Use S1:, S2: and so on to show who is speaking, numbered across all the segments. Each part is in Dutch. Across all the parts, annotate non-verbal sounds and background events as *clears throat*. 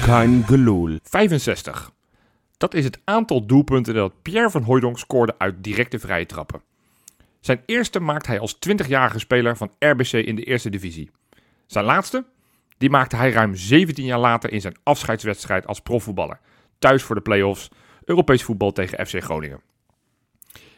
S1: Kein Gelul.
S2: 65. Dat is het aantal doelpunten dat Pierre van Hooijdonk scoorde uit directe vrije trappen. Zijn eerste maakt hij als 20-jarige speler van RBC in de eerste divisie. Zijn laatste, die maakte hij ruim 17 jaar later in zijn afscheidswedstrijd als profvoetballer. Thuis voor de play-offs, Europees voetbal tegen FC Groningen.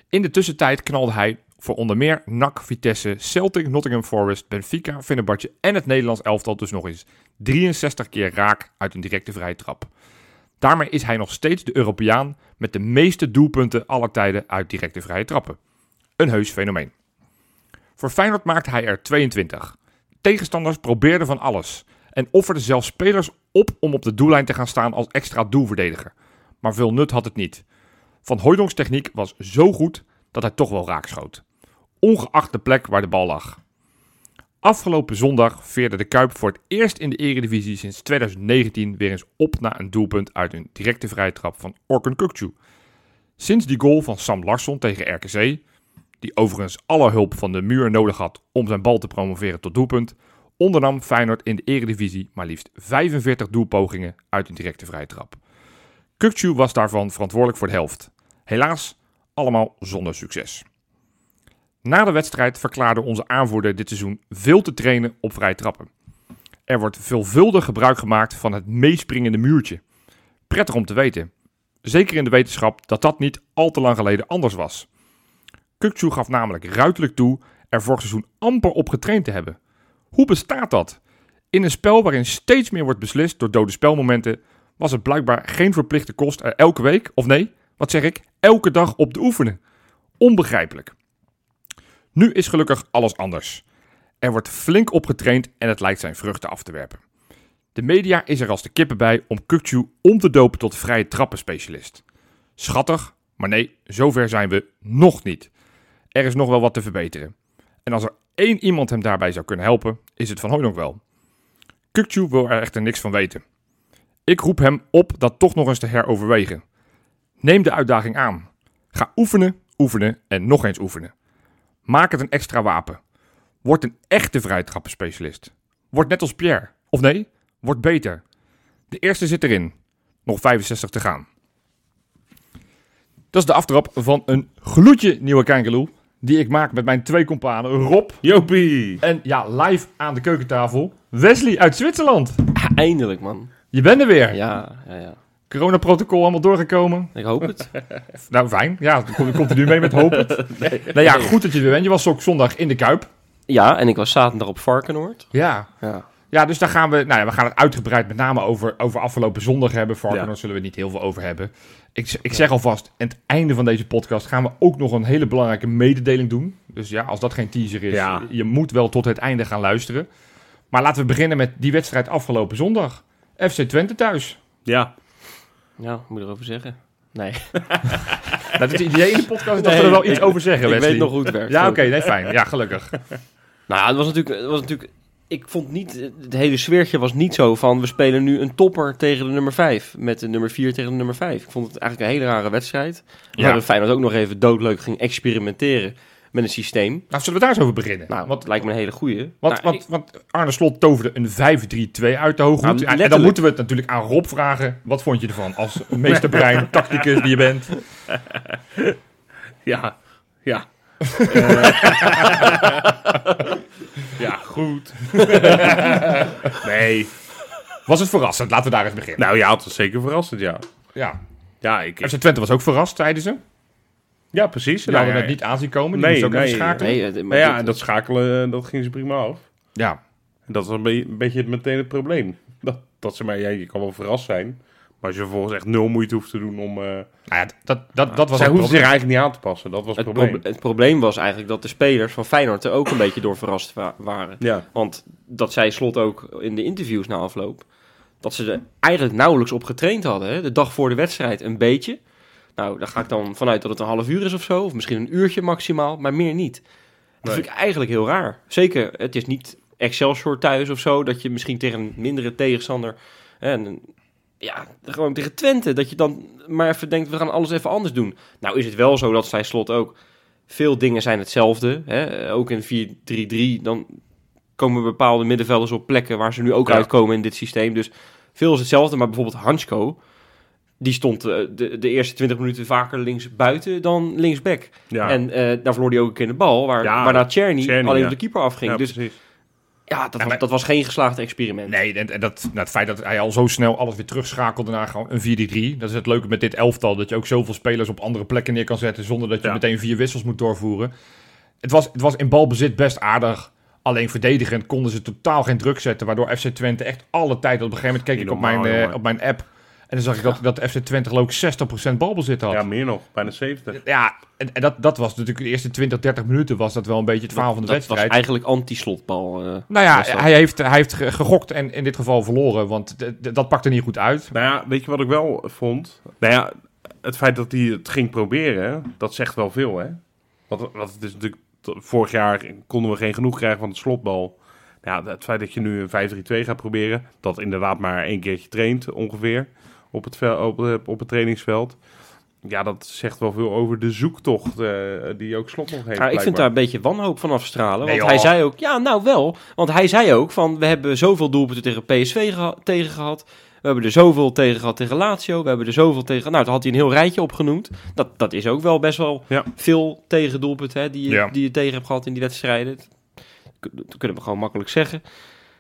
S2: In de tussentijd knalde hij voor onder meer NAC, Vitesse, Celtic, Nottingham Forest, Benfica, Fenerbahce en het Nederlands elftal dus nog eens 63 keer raak uit een directe vrije trap. Daarmee is hij nog steeds de Europeaan met de meeste doelpunten aller tijden uit directe vrije trappen. Een heus fenomeen. Voor Feyenoord maakte hij er 22. Tegenstanders probeerden van alles en offerden zelfs spelers op om op de doellijn te gaan staan als extra doelverdediger. Maar veel nut had het niet. Van Hooijdonks techniek was zo goed dat hij toch wel raak schoot. Ongeacht de plek waar de bal lag. Afgelopen zondag veerde de Kuip voor het eerst in de Eredivisie sinds 2019 weer eens op naar een doelpunt uit een directe vrije trap van Orkun Kukcu. Sinds die goal van Sam Larsson tegen RKC, die overigens alle hulp van de muur nodig had om zijn bal te promoveren tot doelpunt, ondernam Feyenoord in de Eredivisie maar liefst 45 doelpogingen uit een directe vrije trap. Kukcu was daarvan verantwoordelijk voor de helft. Helaas allemaal zonder succes. Na de wedstrijd verklaarde onze aanvoerder dit seizoen veel te trainen op vrij trappen. Er wordt veelvuldig gebruik gemaakt van het meespringende muurtje. Prettig om te weten. Zeker in de wetenschap dat dat niet al te lang geleden anders was. Kukçu gaf namelijk ruidelijk toe er vorig seizoen amper op getraind te hebben. Hoe bestaat dat? In een spel waarin steeds meer wordt beslist door dode spelmomenten, was het blijkbaar geen verplichte kost er elke week, of nee, wat zeg ik, elke dag op te oefenen. Onbegrijpelijk. Nu is gelukkig alles anders. Er wordt flink opgetraind en het lijkt zijn vruchten af te werpen. De media is er als de kippen bij om Kukçu om te dopen tot vrije trappenspecialist. Schattig, maar nee, zover zijn we nog niet. Er is nog wel wat te verbeteren. En als er één iemand hem daarbij zou kunnen helpen, is het Van Hooydonk wel. Kukçu wil er echter niks van weten. Ik roep hem op dat toch nog eens te heroverwegen. Neem de uitdaging aan. Ga oefenen, oefenen en nog eens oefenen. Maak het een extra wapen. Word een echte vrijtrappenspecialist. Word net als Pierre. Of nee, word beter. De eerste zit erin. Nog 65 te gaan. Dat is de aftrap van een gloedje nieuwe Kankerloe. Die ik maak met mijn twee companen Rob
S1: Jopie!
S2: en ja, live aan de keukentafel Wesley uit Zwitserland.
S3: Eindelijk, man.
S2: Je bent er weer.
S3: Ja, ja, ja.
S2: Coronaprotocol allemaal doorgekomen.
S3: Ik hoop het.
S2: Nou, fijn. Ja, dan kom- komt er nu mee met hoop. het. Nou ja, goed dat je er bent. Je was ook zondag in de Kuip.
S3: Ja, en ik was zaterdag op Varkenoord.
S2: Ja.
S3: Ja.
S2: Ja, dus daar gaan we, nou ja, we gaan het uitgebreid met name over, over afgelopen zondag hebben. Varkenoord
S3: Ja.
S2: zullen we het niet heel veel over hebben. Ik, z- ik zeg alvast, aan het einde van deze podcast gaan we ook nog een hele belangrijke mededeling doen. Dus ja, als dat geen teaser is,
S1: Ja.
S2: je moet wel tot het einde gaan luisteren. Maar laten we beginnen met die wedstrijd afgelopen zondag. FC Twente thuis.
S1: Ja,
S3: Ja, wat moet ik erover zeggen? Nee,
S2: Nou, dat is in die hele podcast dat we
S3: Nee,
S2: er wel
S3: ik-
S2: iets over zeggen,
S3: ik
S2: Wesley.
S3: weet nog hoe het werkt.
S2: Ja, oké, nee, fijn. Ja, gelukkig.
S3: Nou ja, het was natuurlijk... Het was natuurlijk ik vond niet, het hele sfeertje was niet zo van we spelen nu een topper tegen de nummer 5 met de nummer 4 tegen de nummer 5. Ik vond het eigenlijk een hele rare wedstrijd. We
S2: Ja.
S3: hebben Feyenoord ook nog even doodleuk ging experimenteren met een systeem.
S2: Nou, zullen we daar eens over beginnen?
S3: Nou,
S2: want,
S3: wat lijkt me een hele goeie.
S2: want,
S3: Nou,
S2: want, want Arne Slot toverde een 5-3-2 uit de hoogte.
S3: Nou,
S2: en dan
S3: letterlijk.
S2: moeten we het natuurlijk aan Rob vragen. Wat vond je ervan als
S1: *laughs*
S2: meesterbrein, tacticus die je bent?
S1: ja, ja. ja, goed. nee.
S2: Was het verrassend? Laten we daar eens beginnen.
S1: Nou ja, het was zeker verrassend, ja.
S2: ja.
S1: Ja, Nou, ik, ik-
S2: FC Twente was ook verrast, zeiden ze.
S1: ja precies.
S2: Ze
S1: Nou,
S2: hadden
S1: ja,
S2: het niet aanzien komen. Die
S1: Nee,
S2: moesten ook
S1: nee.
S2: even schakelen.
S3: nee, het- maar
S1: Nou ja,
S3: dit-
S1: en dat schakelen, eh, dat ging ze prima af.
S2: Ja.
S1: En dat was een, be- een beetje het- meteen het probleem. Dat, dat ze maar, ja, je kan wel verrast zijn. Maar als je vervolgens echt nul moeite hoeft te doen om... eh
S2: Nou ja, dat, dat, dat was
S1: zij hoefden zich
S2: het probleem.
S1: eigenlijk niet aan te passen. Dat was het,
S3: het,
S1: probleem.
S3: proble- het probleem was eigenlijk dat de spelers van Feyenoord er ook een beetje door verrast wa- waren.
S1: Ja.
S3: Want dat zei Slot ook in de interviews na afloop. Dat ze er eigenlijk nauwelijks op getraind hadden. Hè? De dag voor de wedstrijd een beetje. Nou, daar ga ik dan vanuit dat het een half uur is of zo. Of misschien een uurtje maximaal, maar meer niet. Dat
S1: Nee.
S3: vind ik eigenlijk heel raar. Zeker, het is niet Excelsior thuis of zo. Dat je misschien tegen een mindere tegenstander... hè, En een- ja, gewoon tegen Twente. Dat je dan maar even denkt, we gaan alles even anders doen. Nou is het wel zo, dat zei Slot ook. Veel dingen zijn hetzelfde. Hè? Ook in 4-3-3, dan komen bepaalde middenvelders op plekken waar ze nu ook
S1: Ja.
S3: uitkomen in dit systeem. Dus Veel is hetzelfde, maar bijvoorbeeld Hansko... die stond eh, de, de eerste 20 minuten vaker links buiten dan linksback.
S1: Ja,
S3: En eh, daar verloor hij ook een keer de bal, waar,
S1: Ja,
S3: waarna Czerny
S1: Czerny,
S3: alleen
S1: ja.
S3: op de keeper afging.
S1: ja,
S3: dus
S1: precies.
S3: ja, dat,
S2: Ja,
S3: was,
S2: maar-
S3: dat was geen geslaagd experiment.
S2: Nee, en, en dat, nou, het feit dat hij al zo snel alles weer terugschakelde naar gewoon een 4-3-3. Dat is het leuke met dit elftal. Dat je ook zoveel spelers op andere plekken neer kan zetten. zonder dat je
S1: Ja.
S2: meteen vier wissels moet doorvoeren. Het was, het was in balbezit best aardig. Alleen verdedigend konden ze totaal geen druk zetten. Waardoor FC Twente echt alle tijd. Op een gegeven moment keek
S1: Niet
S2: ik op
S1: normaal,
S2: mijn, eh,
S1: jongen.
S2: op mijn app. En dan zag ik dat, dat FC Twente geloof ik 60% balbezit had.
S1: ja,
S2: Ja,
S1: meer nog. Bijna 70.
S2: en, en dat, dat was natuurlijk de eerste 20, 30 minuten. Was dat wel een beetje het verhaal van de
S3: dat
S2: wedstrijd.
S3: was eigenlijk anti-slotbal. eh.
S2: Nou
S3: was dat.
S2: ja, hij heeft, hij heeft ge- gegokt en in dit geval verloren, want d- d- dat pakte niet goed uit.
S1: Nou ja, weet je wat ik wel vond? Nou ja, het feit dat hij het ging proberen, dat zegt wel veel, hè? Want, want het is natuurlijk... t- Vorig jaar konden we geen genoeg krijgen van het slotbal. Nou Ja, het feit dat je nu een 5-3-2 gaat proberen... dat inderdaad maar één keertje traint, ongeveer... op het, vel- op, eh, op het trainingsveld... Ja, dat zegt wel veel over de zoektocht eh, die ook slot nog heeft.
S3: Ja, Ah, ik vind daar
S1: blijkbaar.
S3: een beetje wanhoop van afstralen.
S2: Nee,
S3: want hij
S2: joh.
S3: zei ook, ja, nou wel. Want hij zei ook van, we hebben zoveel doelpunten tegen PSV geha- tegen gehad. We hebben er zoveel tegen gehad tegen Lazio. We hebben er zoveel tegen... Nou, daar had hij een heel rijtje opgenoemd. Dat, dat is ook wel best wel
S1: Ja.
S3: veel tegen doelpunten hè, die, je,
S2: Ja.
S3: die je tegen hebt gehad in die wedstrijden. Dat, dat kunnen we gewoon makkelijk zeggen.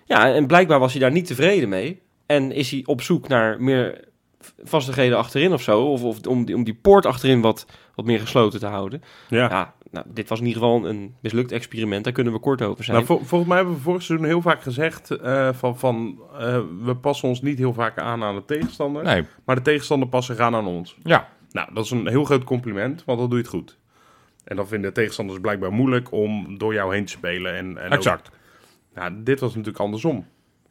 S3: Ja, en blijkbaar was hij daar niet tevreden mee. En is hij op zoek naar meer vastigheden achterin of zo. Of, of om, die, om die poort achterin wat, wat meer gesloten te houden.
S1: Ja.
S3: Ja, nou, dit was in ieder geval een mislukt experiment. Daar kunnen we kort over zijn.
S1: Nou, vol- volgens mij hebben we vorig seizoen heel vaak gezegd... eh, van, van eh, we passen ons niet heel vaak aan aan de tegenstander...
S2: Nee,
S1: maar de tegenstander passen gaan aan ons.
S2: ja.
S1: Nou, dat is een heel groot compliment, want dan doe je het goed. En dan vinden tegenstanders blijkbaar moeilijk om door jou heen te spelen. En, en ook-
S2: Exact.
S1: nou, dit was natuurlijk andersom.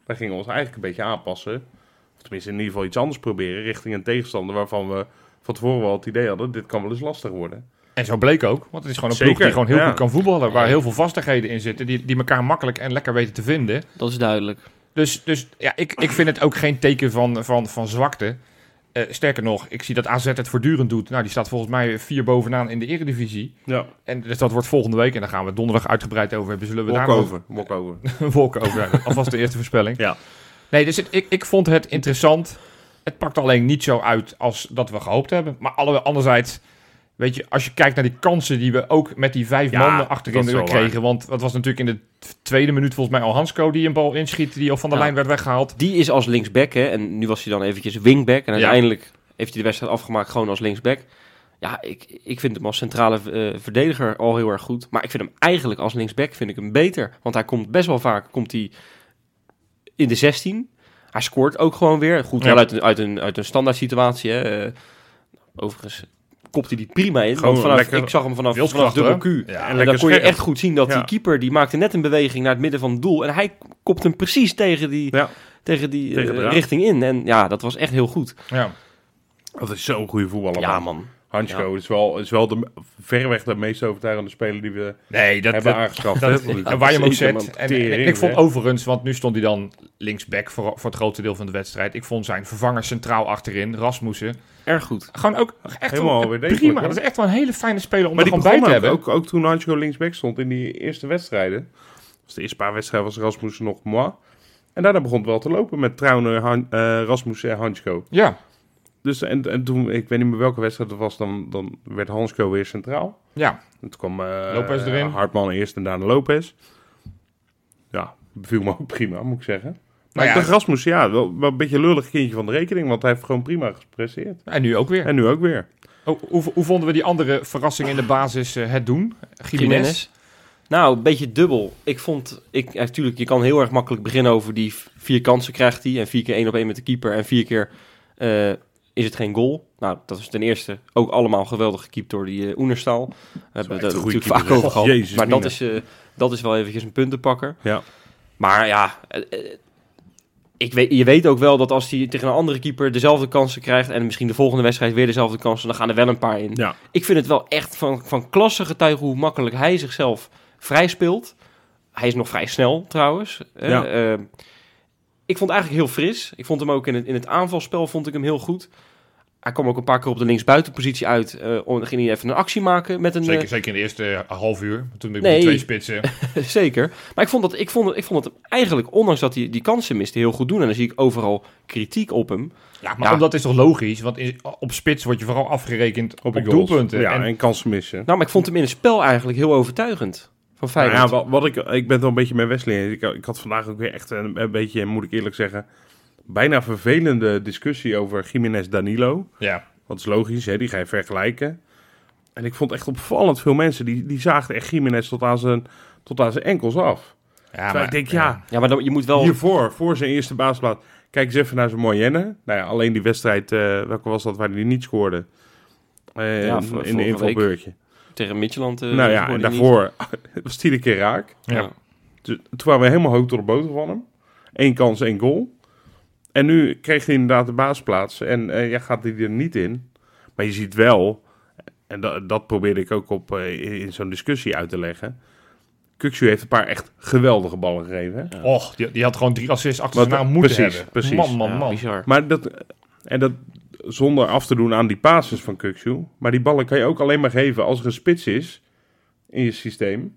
S1: Wij gingen ons eigenlijk een beetje aanpassen. Of tenminste, in ieder geval iets anders proberen richting een tegenstander waarvan we van tevoren wel het idee hadden: dit kan wel eens lastig worden.
S2: En zo bleek ook, want het is gewoon een
S1: Zeker,
S2: ploeg die gewoon heel
S1: ja.
S2: goed kan voetballen, waar heel veel vastigheden in zitten, die, die elkaar makkelijk en lekker weten te vinden.
S3: Dat is duidelijk.
S2: Dus, dus ja, ik, ik vind het ook geen teken van, van, van zwakte. Eh, sterker nog, ik zie dat AZ het voortdurend doet. Nou, die staat volgens mij vier bovenaan in de eredivisie.
S1: Ja,
S2: En dus dat wordt volgende week en daar gaan we donderdag uitgebreid over hebben. Zullen we daar nog- *laughs*
S1: walkover. walkover.
S2: een wolk over. zijn. Alvast de eerste voorspelling.
S1: Ja.
S2: Nee, dus het- ik, ik vond het interessant. Het pakt alleen niet zo uit als dat we gehoopt hebben. Maar alle, anderzijds, weet je, als je kijkt naar die kansen die we ook met die vijf
S1: Ja,
S2: mannen
S1: dat is
S2: achterin
S1: wel
S2: kregen. Want dat was natuurlijk in de tweede minuut volgens mij al Hansco die een bal inschiet. Die al van de
S3: Ja.
S2: lijn werd weggehaald.
S3: Die is als linksback, hè. En nu was hij dan eventjes wingback. En
S2: Ja.
S3: uiteindelijk heeft hij de wedstrijd afgemaakt gewoon als linksback. Ja, ik, ik vind hem als centrale eh, verdediger al heel erg goed. Maar ik vind hem eigenlijk als linksback vind ik hem beter. Want hij komt best wel vaak komt hij in de 16. Hij scoort ook gewoon weer. Goed,
S2: Ja.
S3: wel uit een, uit een, uit een standaard situatie. Hè. Eh, overigens kopt hij die prima in.
S1: Gewoon
S3: Want vanaf,
S1: lekker
S3: ik zag hem vanaf, vanaf
S2: Wilskracht,
S3: dubbel
S2: hoor.
S3: Q.
S2: Ja.
S1: En
S3: En dan
S1: lekker
S3: kon je
S1: scherp.
S3: echt goed zien dat
S1: Ja.
S3: die keeper die maakte net een beweging naar het midden van het doel. En hij kopt hem precies tegen die,
S1: Ja.
S3: tegen die eh,
S1: Tegen de raad.
S3: richting in. En ja, dat was echt heel goed.
S2: Ja.
S1: Dat is zo'n goede voetballer.
S3: Ja,
S1: man.
S3: man.
S1: Hansko is wel, is wel de, verreweg de meest overtuigende speler die we
S2: Nee, dat,
S1: hebben
S2: dat-
S1: aangeschaft.
S2: dat-
S1: hè?
S2: en waar je hem ook
S1: Zeker, man.
S2: zet. En, en
S1: Tering,
S2: ik vond
S1: hè?
S2: overigens, want nu stond hij dan linksback voor, voor het grote deel van de wedstrijd. Ik vond zijn vervanger centraal achterin, Rasmussen.
S3: Erg goed.
S2: Gewoon ook echt
S1: Helemaal
S2: wel,
S1: weer degelijk,
S2: prima.
S1: hoor.
S2: Dat is echt wel een hele fijne speler om
S1: Maar
S2: er
S1: die
S2: gewoon bij
S1: begon
S2: te
S1: ook,
S2: hebben.
S1: ook, ook toen Hansko linksback stond in die eerste wedstrijden. Dus de eerste paar wedstrijden was Rasmussen nog moi. En daarna begon het wel te lopen met Trauner, Han, eh, Rasmussen en Hansko.
S2: Ja,
S1: Dus en, en toen, ik weet niet meer welke wedstrijd het was, dan, dan werd Hansko weer centraal.
S2: ja.
S1: En toen kwam eh,
S2: Lopez erin.
S1: Hartman eerst en daarna Lopez. Ja, beviel me ook prima, moet ik zeggen. Maar
S2: Nou
S1: ik
S2: ja.
S1: dacht Rasmussen, ja, wel, wel een beetje een lullig kindje van de rekening, want hij heeft gewoon prima gepresteerd.
S2: En nu ook weer.
S1: En nu ook weer.
S2: Oh, hoe, hoe vonden we die andere verrassing in de basis eh, het doen? Gimenez.
S3: Jiménez. Nou, een beetje dubbel. Ik vond, ik, ja, natuurlijk, je kan heel erg makkelijk beginnen over die v- vier kansen krijgt hij. En vier keer één op één met de keeper. En vier keer eh, is het geen goal. Nou, dat is ten eerste ook allemaal geweldig gekiept door die eh, Oenerstaal. We hebben
S1: echt
S3: het
S1: een
S3: er
S1: goede
S3: natuurlijk
S1: keeper,
S3: vaak
S1: hè?
S3: over gehad.
S1: Jezus,
S3: maar dat
S1: Mina.
S3: is, eh, dat is wel eventjes een puntenpakker.
S1: Ja.
S3: Maar ja, eh, eh, ik weet, je weet ook wel dat als hij tegen een andere keeper dezelfde kansen krijgt... en misschien de volgende wedstrijd weer dezelfde kansen, dan gaan er wel een paar in.
S1: Ja.
S3: Ik vind het wel echt van, van klasse getuigen hoe makkelijk hij zichzelf vrij speelt. Hij is nog vrij snel trouwens. hè.
S1: Ja.
S3: Eh, ik vond het eigenlijk heel fris. Ik vond hem ook in het, in het aanvalspel vond ik hem heel goed. Hij kwam ook een paar keer op de linksbuitenpositie uit. eh om- ging hij even een actie maken met een... eh,
S2: Zeker, zeker in de eerste eh, half uur. Toen ben ik
S3: Nee.
S2: met twee spitsen.
S3: eh, *laughs* zeker. Maar ik vond, dat, ik, vond het, ik vond het eigenlijk, ondanks dat hij die kansen miste, heel goed doen. En dan zie ik overal kritiek op hem.
S2: Ja, maar
S3: Ja.
S2: dat is toch logisch? Want in- op spits word je vooral afgerekend op,
S1: de goals.
S2: doelpunten.
S1: Ja, en,
S2: en,
S1: kansen missen.
S3: Nou, maar ik vond hem in het spel eigenlijk heel overtuigend. Van
S1: Nou
S3: Feyenoord.
S1: ja, wat, wat ik, ik ben wel een beetje met Wesley. eens. Ik, ik had vandaag ook weer echt een, een beetje, moet ik eerlijk zeggen, bijna vervelende discussie over Jiménez Danilo.
S2: ja.
S1: Dat is logisch, hè? die ga je vergelijken. En ik vond echt opvallend veel mensen, die, die zagen echt Jiménez tot aan zijn, tot aan zijn enkels af.
S2: Ja,
S1: Terwijl ik denk, ja,
S3: Ja, maar dan, je moet wel...
S1: Hiervoor, voor zijn eerste baasplaat. Kijk eens even naar zijn Moyenne. Nou ja, alleen die wedstrijd, eh, welke was dat waar hij niet scoorde? Eh,
S3: Ja,
S1: in-
S3: vor-
S1: in de
S3: vorige
S1: invalbeurtje.
S3: Tegen Midtjylland. eh,
S1: nou ja, en
S3: scoorde hij niet.
S1: daarvoor *laughs* was hij de keer raak.
S2: Ja.
S1: Dus toen waren we helemaal hoog tot de boter van hem. Eén kans, één goal. En nu kreeg hij inderdaad de baasplaats. En eh, ja, gaat hij er niet in. Maar je ziet wel, en da- dat probeerde ik ook op, eh, in- in zo'n discussie uit te leggen. Kuksu heeft een paar echt geweldige ballen gegeven. hè?
S2: Och, die, die had gewoon drie assists achter
S1: Wat-
S2: elkaar moeten
S1: precies,
S2: hebben.
S1: precies.
S2: Man, man,
S3: Ja,
S2: Oh, man.
S3: bizar.
S1: Maar dat, en dat zonder af te doen aan die passes van Kukzu. Maar die ballen kan je ook alleen maar geven als er een spits is in je systeem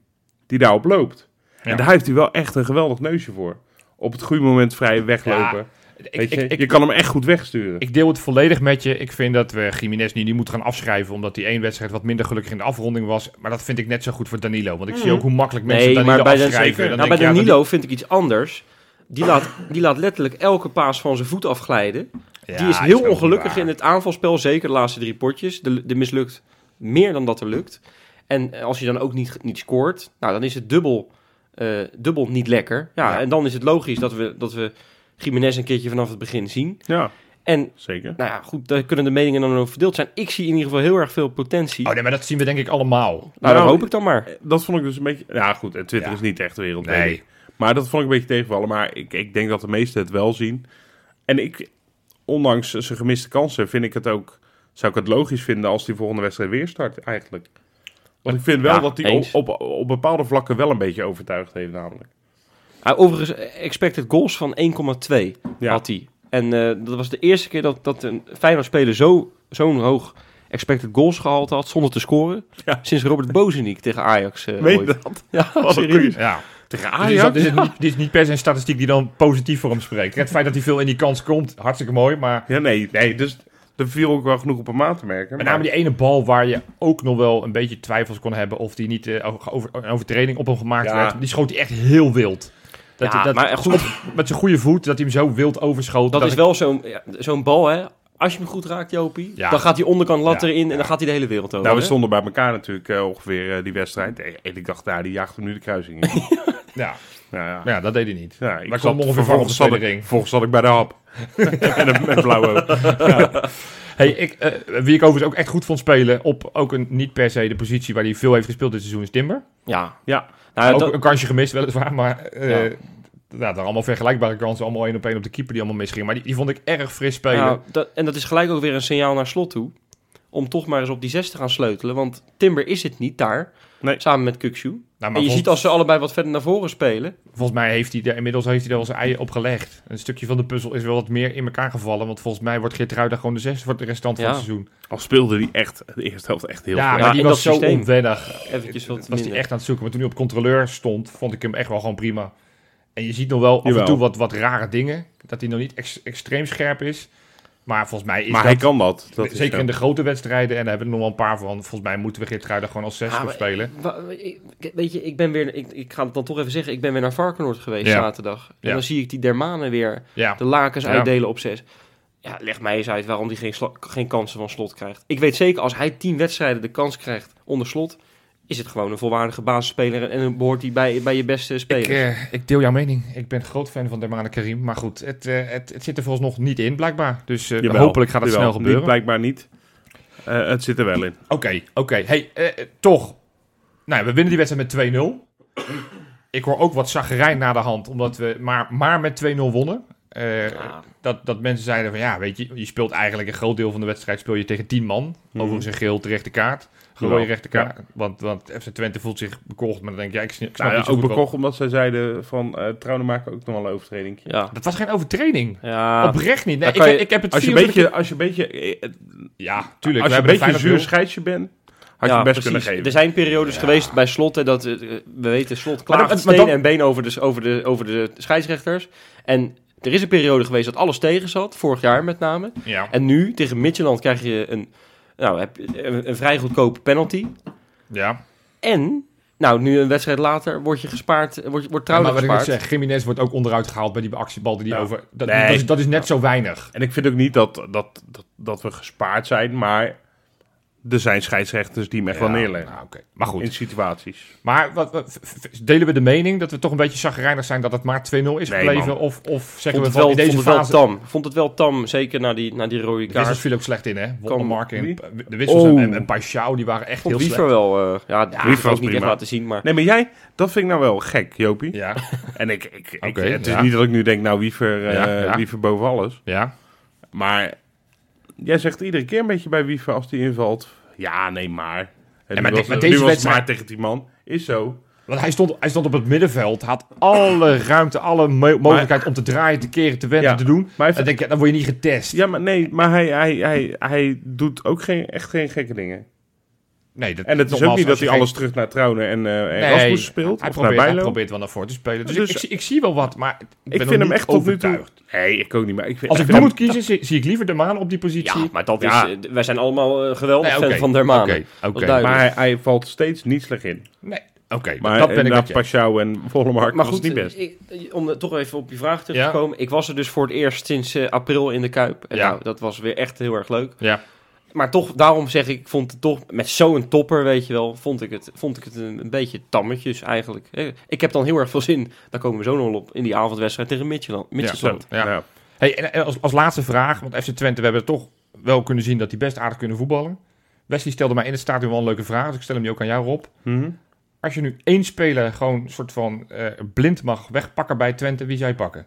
S1: die daarop loopt.
S2: Ja.
S1: En daar heeft hij wel echt een geweldig neusje voor. Op het goede moment vrij weglopen.
S2: Ik,
S1: Weet je,
S2: ik, ik,
S1: je kan hem echt goed wegsturen.
S2: ik deel het volledig met je. Ik vind dat we Jiménez nu niet moeten gaan afschrijven... omdat die één wedstrijd wat minder gelukkig in de afronding was. Maar dat vind ik net zo goed voor Danilo. Want ik zie ook hoe makkelijk mensen
S3: Nee,
S2: Danilo
S3: maar bij,
S2: afschrijven. Dan denk
S3: nou, bij
S2: ik, ja, dat-
S3: Danilo vind ik iets anders. Die laat, die laat letterlijk elke paas van zijn voet afglijden.
S2: Ja,
S3: die is
S2: dat
S3: heel
S2: ook
S3: ongelukkig
S2: waar.
S3: in het aanvalspel. Zeker de laatste drie potjes. De, de mislukt meer dan dat er lukt. En eh, als je dan ook niet, niet scoort, nou, dan is het dubbel, eh, dubbel niet lekker. Ja,
S2: Ja.
S3: En dan is het logisch dat we, dat we Jiménez een keertje vanaf het begin zien.
S1: Ja,
S3: En
S1: zeker.
S3: nou ja, goed, daar kunnen de meningen dan over verdeeld zijn. Ik zie in ieder geval heel erg veel potentie.
S2: Oh nee, maar dat zien we denk ik allemaal.
S3: nou, dat
S1: Nou,
S3: hoop ik dan maar.
S1: Dat vond ik dus een beetje... Ja goed, en Twitter
S2: Ja.
S1: is niet echt de wereld.
S2: Nee.
S1: weet ik. Maar dat vond ik een beetje tegenvallen. Maar ik, ik denk dat de meesten het wel zien. En ik, ondanks zijn gemiste kansen, vind ik het ook... Zou ik het logisch vinden als die volgende wedstrijd weer start, eigenlijk. Want ik vind wel
S2: Ja,
S1: dat hij op,
S3: eens.
S1: op, op bepaalde vlakken wel een beetje overtuigd heeft, namelijk.
S3: Ah, overigens, eh, expected goals van 1,2
S1: Ja.
S3: had hij. En eh, dat was de eerste keer dat, dat een Feyenoord-speler zo, zo'n hoog expected goals gehaald had, zonder te scoren.
S1: Ja.
S3: Sinds Robert Bozeniek tegen Ajax eh
S1: Meen je
S3: ooit.
S1: dat?
S3: *laughs* Ja,
S1: Wat een
S3: serieus.
S1: goeie.
S2: Ja.
S1: Tegen
S2: Dus is
S1: Ajax?
S2: dat- is het niet, dit is niet per se een statistiek die dan positief voor hem spreekt. Het feit dat hij veel in die kans komt, hartstikke mooi. Maar
S1: Ja, nee, nee. Dus er viel ook wel genoeg op hem aan te merken.
S2: met
S1: maar- nou,
S2: name die ene bal waar je ook nog wel een beetje twijfels kon hebben... of die niet eh, over, een overtreding op hem gemaakt
S1: Ja.
S2: werd. Die schoot hij echt heel wild. Dat,
S3: Ja,
S2: dat,
S3: maar goed,
S2: met zijn goede voet, dat hij hem zo wild overschoot.
S3: dat is
S2: ik-
S3: wel zo'n, ja, zo'n bal, hè. Als je hem goed raakt, Jopie,
S2: Ja.
S3: dan gaat die onderkant lat
S2: Ja,
S3: erin en dan gaat hij de hele wereld over.
S1: Nou, we
S3: hè?
S1: stonden bij elkaar natuurlijk eh, ongeveer eh, die wedstrijd. En en ik dacht, nou, die jaagt hem nu de kruising
S2: *laughs*
S1: in.
S2: Ja,
S1: nou, ja.
S2: ja, dat deed hij niet.
S1: Ja, ik zat,
S2: Maar kwam ongeveer
S1: vervolgens,
S2: voor op
S1: zat ik,
S2: de tweede ring.
S1: vervolgens zat ik bij de
S2: *laughs*
S1: hap. en een met blauw oog.
S2: Hey, ik, eh, wie ik overigens ook echt goed vond spelen... op ook een, niet per se de positie waar hij veel heeft gespeeld dit seizoen... is Timber.
S3: Ja.
S1: Ja.
S3: Nou,
S2: ook
S3: dat-
S2: een kansje gemist, weliswaar, maar eh
S3: Ja.
S2: ja. daar allemaal vergelijkbare kansen, allemaal één op één op de keeper die allemaal misging. Maar die, die vond ik erg fris spelen.
S3: Nou, dat, en dat is gelijk ook weer een signaal naar slot toe. Om toch maar eens op die zes te gaan sleutelen. Want Timber is het niet daar.
S1: Nee.
S3: Samen met Kukshu.
S2: Nou,
S3: en
S2: maar
S3: je
S2: vol-
S3: ziet als ze allebei wat verder naar voren spelen.
S2: Volgens mij heeft hij daar inmiddels heeft hij daar wel zijn ei op gelegd. Een stukje van de puzzel is wel wat meer in elkaar gevallen, want volgens mij wordt Geertruida gewoon de zesde voor de restant
S3: Ja.
S2: van het seizoen.
S1: Al speelde die echt de eerste helft echt heel
S2: ja,
S1: slecht.
S2: maar
S3: Ja,
S2: die
S3: in
S2: was
S3: dat
S2: zo
S3: systeem.
S2: onwennig.
S3: Eventjes wat
S2: was hij
S3: minder.
S2: echt aan het zoeken. Maar toen hij op controleur stond, vond ik hem echt wel gewoon prima. En je ziet nog wel af
S1: Jawel.
S2: en toe wat, wat rare dingen. Dat hij nog niet ex- extreem scherp is. Maar volgens mij is
S1: Maar
S2: dat...
S1: hij kan dat. dat is
S2: Zeker
S1: zo.
S2: in de grote wedstrijden. En daar hebben we er nog wel een paar van. Volgens mij moeten we Geertruiden gewoon als zes
S3: Ja,
S2: voor
S3: maar-
S2: spelen.
S3: Wa- ik- Weet je, ik ben weer, ik, ik ga het dan toch even zeggen, ik ben weer naar Varkenoord geweest
S2: Ja.
S3: zaterdag. En
S2: Ja.
S3: dan zie ik die Dermanen weer
S2: Ja.
S3: de lakens
S2: Ja.
S3: uitdelen op zes. Ja, leg mij eens uit waarom die geen, sla- geen kansen van slot krijgt. Ik weet zeker, als hij tien wedstrijden de kans krijgt onder slot, is het gewoon een volwaardige basisspeler en dan behoort hij bij, bij je beste
S2: Ik,
S3: speler.
S2: eh, ik deel jouw mening. Ik ben groot fan van Dermane Karim. Maar goed, het, eh, het, het zit er volgens nog niet in, blijkbaar. Dus eh,
S1: Jawel,
S2: hopelijk gaat het
S1: jawel.
S2: snel
S1: Niet-
S2: gebeuren. Oké,
S1: blijkbaar niet. Eh, het zit er wel in.
S2: oké. Hey, eh, eh, toch. Nou, ja, we winnen die wedstrijd met 2-0. Ik hoor ook wat zagrijn na de hand. Omdat we maar, maar met 2-0 wonnen. Eh,
S3: Ja.
S2: dat, dat mensen zeiden van ja, weet je, je speelt eigenlijk een groot deel van de wedstrijd speel je tegen 10 man. Overigens een geel terechte kaart. Een rode
S1: Geweldig,
S2: rechte kaart. Want, want FC Twente voelt zich bekocht, maar dan denk je, ja, ik sn- snap
S1: Nou ja,
S2: niet zo
S1: ook
S2: goed wat-
S1: bekocht omdat zij zeiden van eh trouwen maken we ook nog wel een overtreding.
S3: Ja.
S2: Dat was geen overtreding.
S3: ja.
S2: Oprecht niet. Nee,
S3: daar
S2: ik,
S3: kan
S2: heb-
S3: je-
S2: ik heb het
S1: Als je een beetje,
S2: 24
S1: als je een beetje, eh,
S2: Ja, tuurlijk.
S1: als
S2: we
S1: je een
S2: hebben
S1: beetje een
S2: de
S1: zuur
S2: 5-0.
S1: scheidsje bent, had je
S3: Ja,
S1: het best
S3: precies.
S1: kunnen geven.
S3: Er zijn periodes geweest bij slot, en dat, eh, we weten, slot
S2: Maar
S3: klaagt
S2: dan- maar
S3: stenen
S2: dan-
S3: en been over de, over, de, over de scheidsrechters. En er is een periode geweest dat alles tegen zat, vorig jaar met name.
S2: Ja.
S3: En nu, tegen Midtjylland, krijg je een, nou, heb je een, een vrij goedkope penalty.
S2: ja.
S3: En, nou, nu een wedstrijd later, word je gespaard, eh, wordt, wordt
S2: Maar
S3: trouwens
S2: wat ik ook
S3: gespaard.
S2: zeg, Jiménez wordt ook onderuit gehaald bij die actiebal die
S1: Ja.
S2: over... Dat,
S1: Nee.
S2: dat, is, dat is net zo weinig.
S1: En ik vind ook niet dat, dat, dat, dat we gespaard zijn, maar er zijn scheidsrechters die me echt wel
S2: Ja,
S1: neerleggen
S2: nou, oké. Maar goed.
S1: in situaties.
S2: Maar wat, wat- v- v- delen we de mening dat we toch een beetje chagrijnig zijn dat het maar 2-0 is
S1: Nee,
S2: gebleven?
S1: man.
S2: Of, of zeggen
S3: Vond
S2: we
S3: het,
S2: van
S3: wel,
S2: in deze
S3: vond het wel
S2: fase...
S3: tam. Vond het wel tam, zeker na die, na die rode
S2: De wissels
S3: kaart.
S2: viel ook slecht in, hè? Wollemark en
S1: Wie?
S2: de wissels en-
S1: Oh.
S2: en, en Paixão, die waren echt
S3: Vond
S2: heel
S3: Wiever
S2: slecht.
S3: wel, eh ja, die
S1: Wiever
S3: heeft ook
S1: was
S3: niet echt
S1: prima.
S3: laten zien, maar...
S1: Nee, maar jij, dat vind ik nou wel gek, Jopie.
S2: Ja,
S1: En ik, ik, ik-
S2: Oké,
S1: het is
S2: eh, ja.
S1: niet dat ik nu denk, nou, Wiever, eh,
S2: Ja, ja.
S1: Wiever boven alles.
S2: ja.
S1: Maar jij zegt iedere keer een beetje bij Wiever als die invalt. Ja, nee, maar. En
S2: maar
S1: nu
S2: de-
S1: was,
S2: maar
S1: nu
S2: deze
S1: was het
S2: wedstrijd-
S1: maar tegen die man. Is zo.
S2: Want hij stond, hij stond op het middenveld, had alle ruimte, alle mo- mogelijkheid om te draaien, te keren, te wenden,
S1: Ja.
S2: te doen.
S1: Maar hij
S2: Dan denk je, dan word je niet getest.
S1: Ja, maar nee, maar hij, hij, hij, hij doet ook geen, echt geen gekke dingen.
S2: Nee, dat,
S1: En het is ook
S2: nogmaals,
S1: niet dat
S2: als je
S1: hij
S2: geen-
S1: alles terug naar Trouwner en, eh en
S2: Nee,
S1: Rasmus speelt.
S2: Hij
S1: of naar
S2: probeert, hij
S1: Bijlo.
S2: probeert wel naar voren te spelen. Dus,
S1: Dus-
S2: ik, ik, zie- ik zie wel wat, maar ik, ben
S1: ik
S2: nog
S1: vind hem
S2: niet
S1: echt tot nu toe...
S2: overtuigd.
S1: Nee, ik ook niet. Maar ik vind,
S2: Als ik
S1: ik
S2: nu
S1: vind
S2: moet kiezen, zie, zie ik liever de maan op die positie.
S3: Ja, maar dat is,
S1: Ja.
S3: eh, d- wij zijn allemaal eh, geweldig
S2: Nee,
S3: fan
S2: oké.
S3: van Dermaan.
S2: Oké, oké.
S3: duidelijk.
S1: maar hij, hij valt steeds niet slecht in.
S2: Nee, oké,
S1: Maar
S2: dat ben ik met je.
S1: Pashao en Vollemark
S3: Maar
S1: was
S3: goed,
S1: niet best.
S3: ik- ik- om er toch even op je vraag terug
S2: Ja.
S3: te komen. Ik was er dus voor het eerst sinds eh, april in de Kuip. En
S2: Ja.
S3: nou, dat was weer echt heel erg leuk.
S2: Ja,
S3: Maar toch, daarom zeg ik, ik vond het toch met zo'n topper, weet je wel, vond ik het, vond ik het een, een beetje tammetjes eigenlijk. Eh, Ik heb dan heel erg veel zin, daar komen we zo nog wel op, in die avondwedstrijd tegen Midtjylland.
S1: Zo,
S3: Midtjylland.
S2: Ja.
S1: ja.
S2: Hey, en en als, als laatste vraag, want FC Twente, we hebben toch wel kunnen zien dat die best aardig kunnen voetballen. Wesley stelde mij in het stadion wel een leuke vraag, dus ik stel hem nu ook aan jou, Rob.
S1: Mhm.
S2: Als je nu één speler gewoon een soort van eh, blind mag wegpakken bij Twente, wie zou je pakken?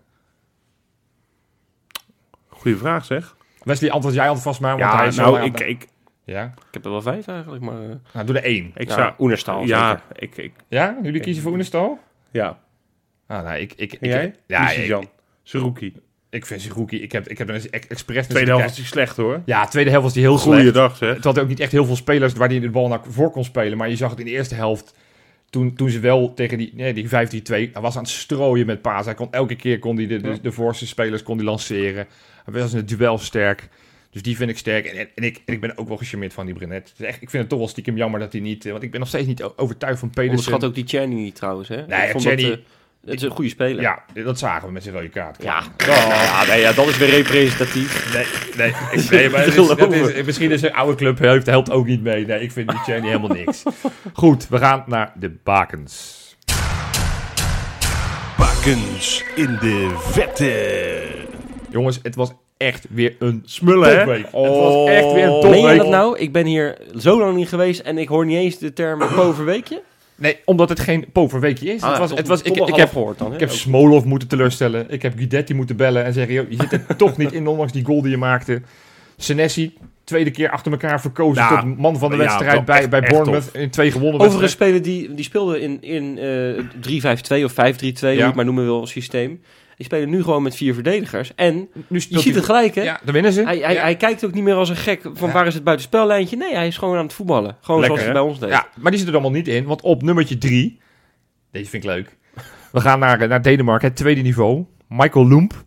S1: Goeie vraag zeg.
S2: Wesley, antwoord jij alvast maar, want hij
S1: Ja,
S2: is
S1: nou,
S2: wel-
S1: ik, ik,
S2: Ja?
S3: Ik heb er wel vijf eigenlijk, maar... eh,
S2: Nou, doe er één.
S1: ik
S3: ja,
S1: zou...
S3: Oenerstaal
S1: Ja,
S3: zeker.
S1: ik, ik,
S2: Ja? Jullie kiezen voor Oenestal?
S1: ja.
S2: Ah, nou, ik... ik, ik
S1: En jij?
S2: Ja, ik, Dus
S1: Jan. Zerouki.
S2: ik vind ze rookie. Ik heb, ik heb er eens ex- expres... naar
S1: Tweede
S2: zitten
S1: helft was hij slecht hoor.
S2: kijken. Ja, tweede helft was die heel slecht.
S1: Goeiedag zeg.
S2: Het had ook niet echt heel veel spelers waar hij de bal naar voor kon spelen. Maar je zag het in de eerste helft. Toen, toen ze wel tegen die, nee, die 5-3-2. Hij was aan het strooien met Paas. Hij kon elke keer kon hij de, de, de voorste spelers kon hij lanceren. Hij was in het duel sterk. Dus die vind ik sterk. En, en, en ik, en ik ben ook wel gecharmeerd van die Brenet. Het is echt, ik vind het toch wel stiekem jammer dat hij niet. eh, Want ik ben nog steeds niet o- overtuigd van Pedersen.
S3: Onderschat ook die Channing niet trouwens, hè?
S2: Nee,
S3: Ik vond
S2: Tjerni-
S3: dat, eh, het is een goede speler.
S2: Ja, dat zagen we met zijn rode kaart.
S3: Ja, ja, nee, ja, dat is weer representatief.
S2: Nee, nee, ik, nee maar het is, dat
S3: Geloven.
S2: is, misschien is een oude club helpt, helpt ook niet mee. Nee, ik vind die Chaney helemaal niks. Goed, we gaan naar de bakens.
S4: Bakens in de vette.
S2: Jongens, het was echt weer een
S1: Smullen, hè?
S2: topweek. Het was
S1: Oh.
S2: echt weer een
S3: Meen je
S2: topweek.
S3: dat nou? Ik ben hier zo lang niet geweest en ik hoor niet eens de term
S2: *clears throat*
S3: poverweekje.
S2: Nee, omdat het geen poverweekje
S3: Dus Ah,
S2: is. Ah, het was, het was, ik, ik, heb,
S3: gehoord dan. hè?
S2: ik heb Smolov moeten teleurstellen. Ik heb Guidetti moeten bellen en zeggen... Joh, je zit er toch niet in, ondanks die goal die je maakte. Senesi, tweede keer achter elkaar verkozen
S1: Nou,
S2: tot man van de
S1: ja,
S2: wedstrijd
S1: toch
S2: bij,
S1: echt-
S2: bij
S1: echt
S2: Bournemouth. In twee gewonnen
S3: Overigens
S2: wedstrijden.
S3: spelen die, die speelden in, in eh 3-5-2 of 5-3-2, hoe je
S2: Ja.
S3: het maar noemen wil, systeem. Die spelen nu gewoon met vier verdedigers. En
S2: Nu
S3: je
S2: speelt
S3: ziet
S2: hij-
S3: het gelijk, hè?
S2: Dus Ja, dan winnen ze.
S3: Hij, hij,
S2: Ja.
S3: hij kijkt ook niet meer als een gek van
S2: Ja.
S3: waar is het buitenspellijntje. Nee, hij is gewoon aan het voetballen. Gewoon
S1: Lekker,
S3: zoals hij
S1: hè?
S3: bij ons deed.
S2: Ja, maar die zit er allemaal niet in. Want op nummertje drie... Deze vind ik leuk. We gaan naar, eh, naar Denemarken, het tweede niveau. Michael
S1: *laughs*
S2: Loemp.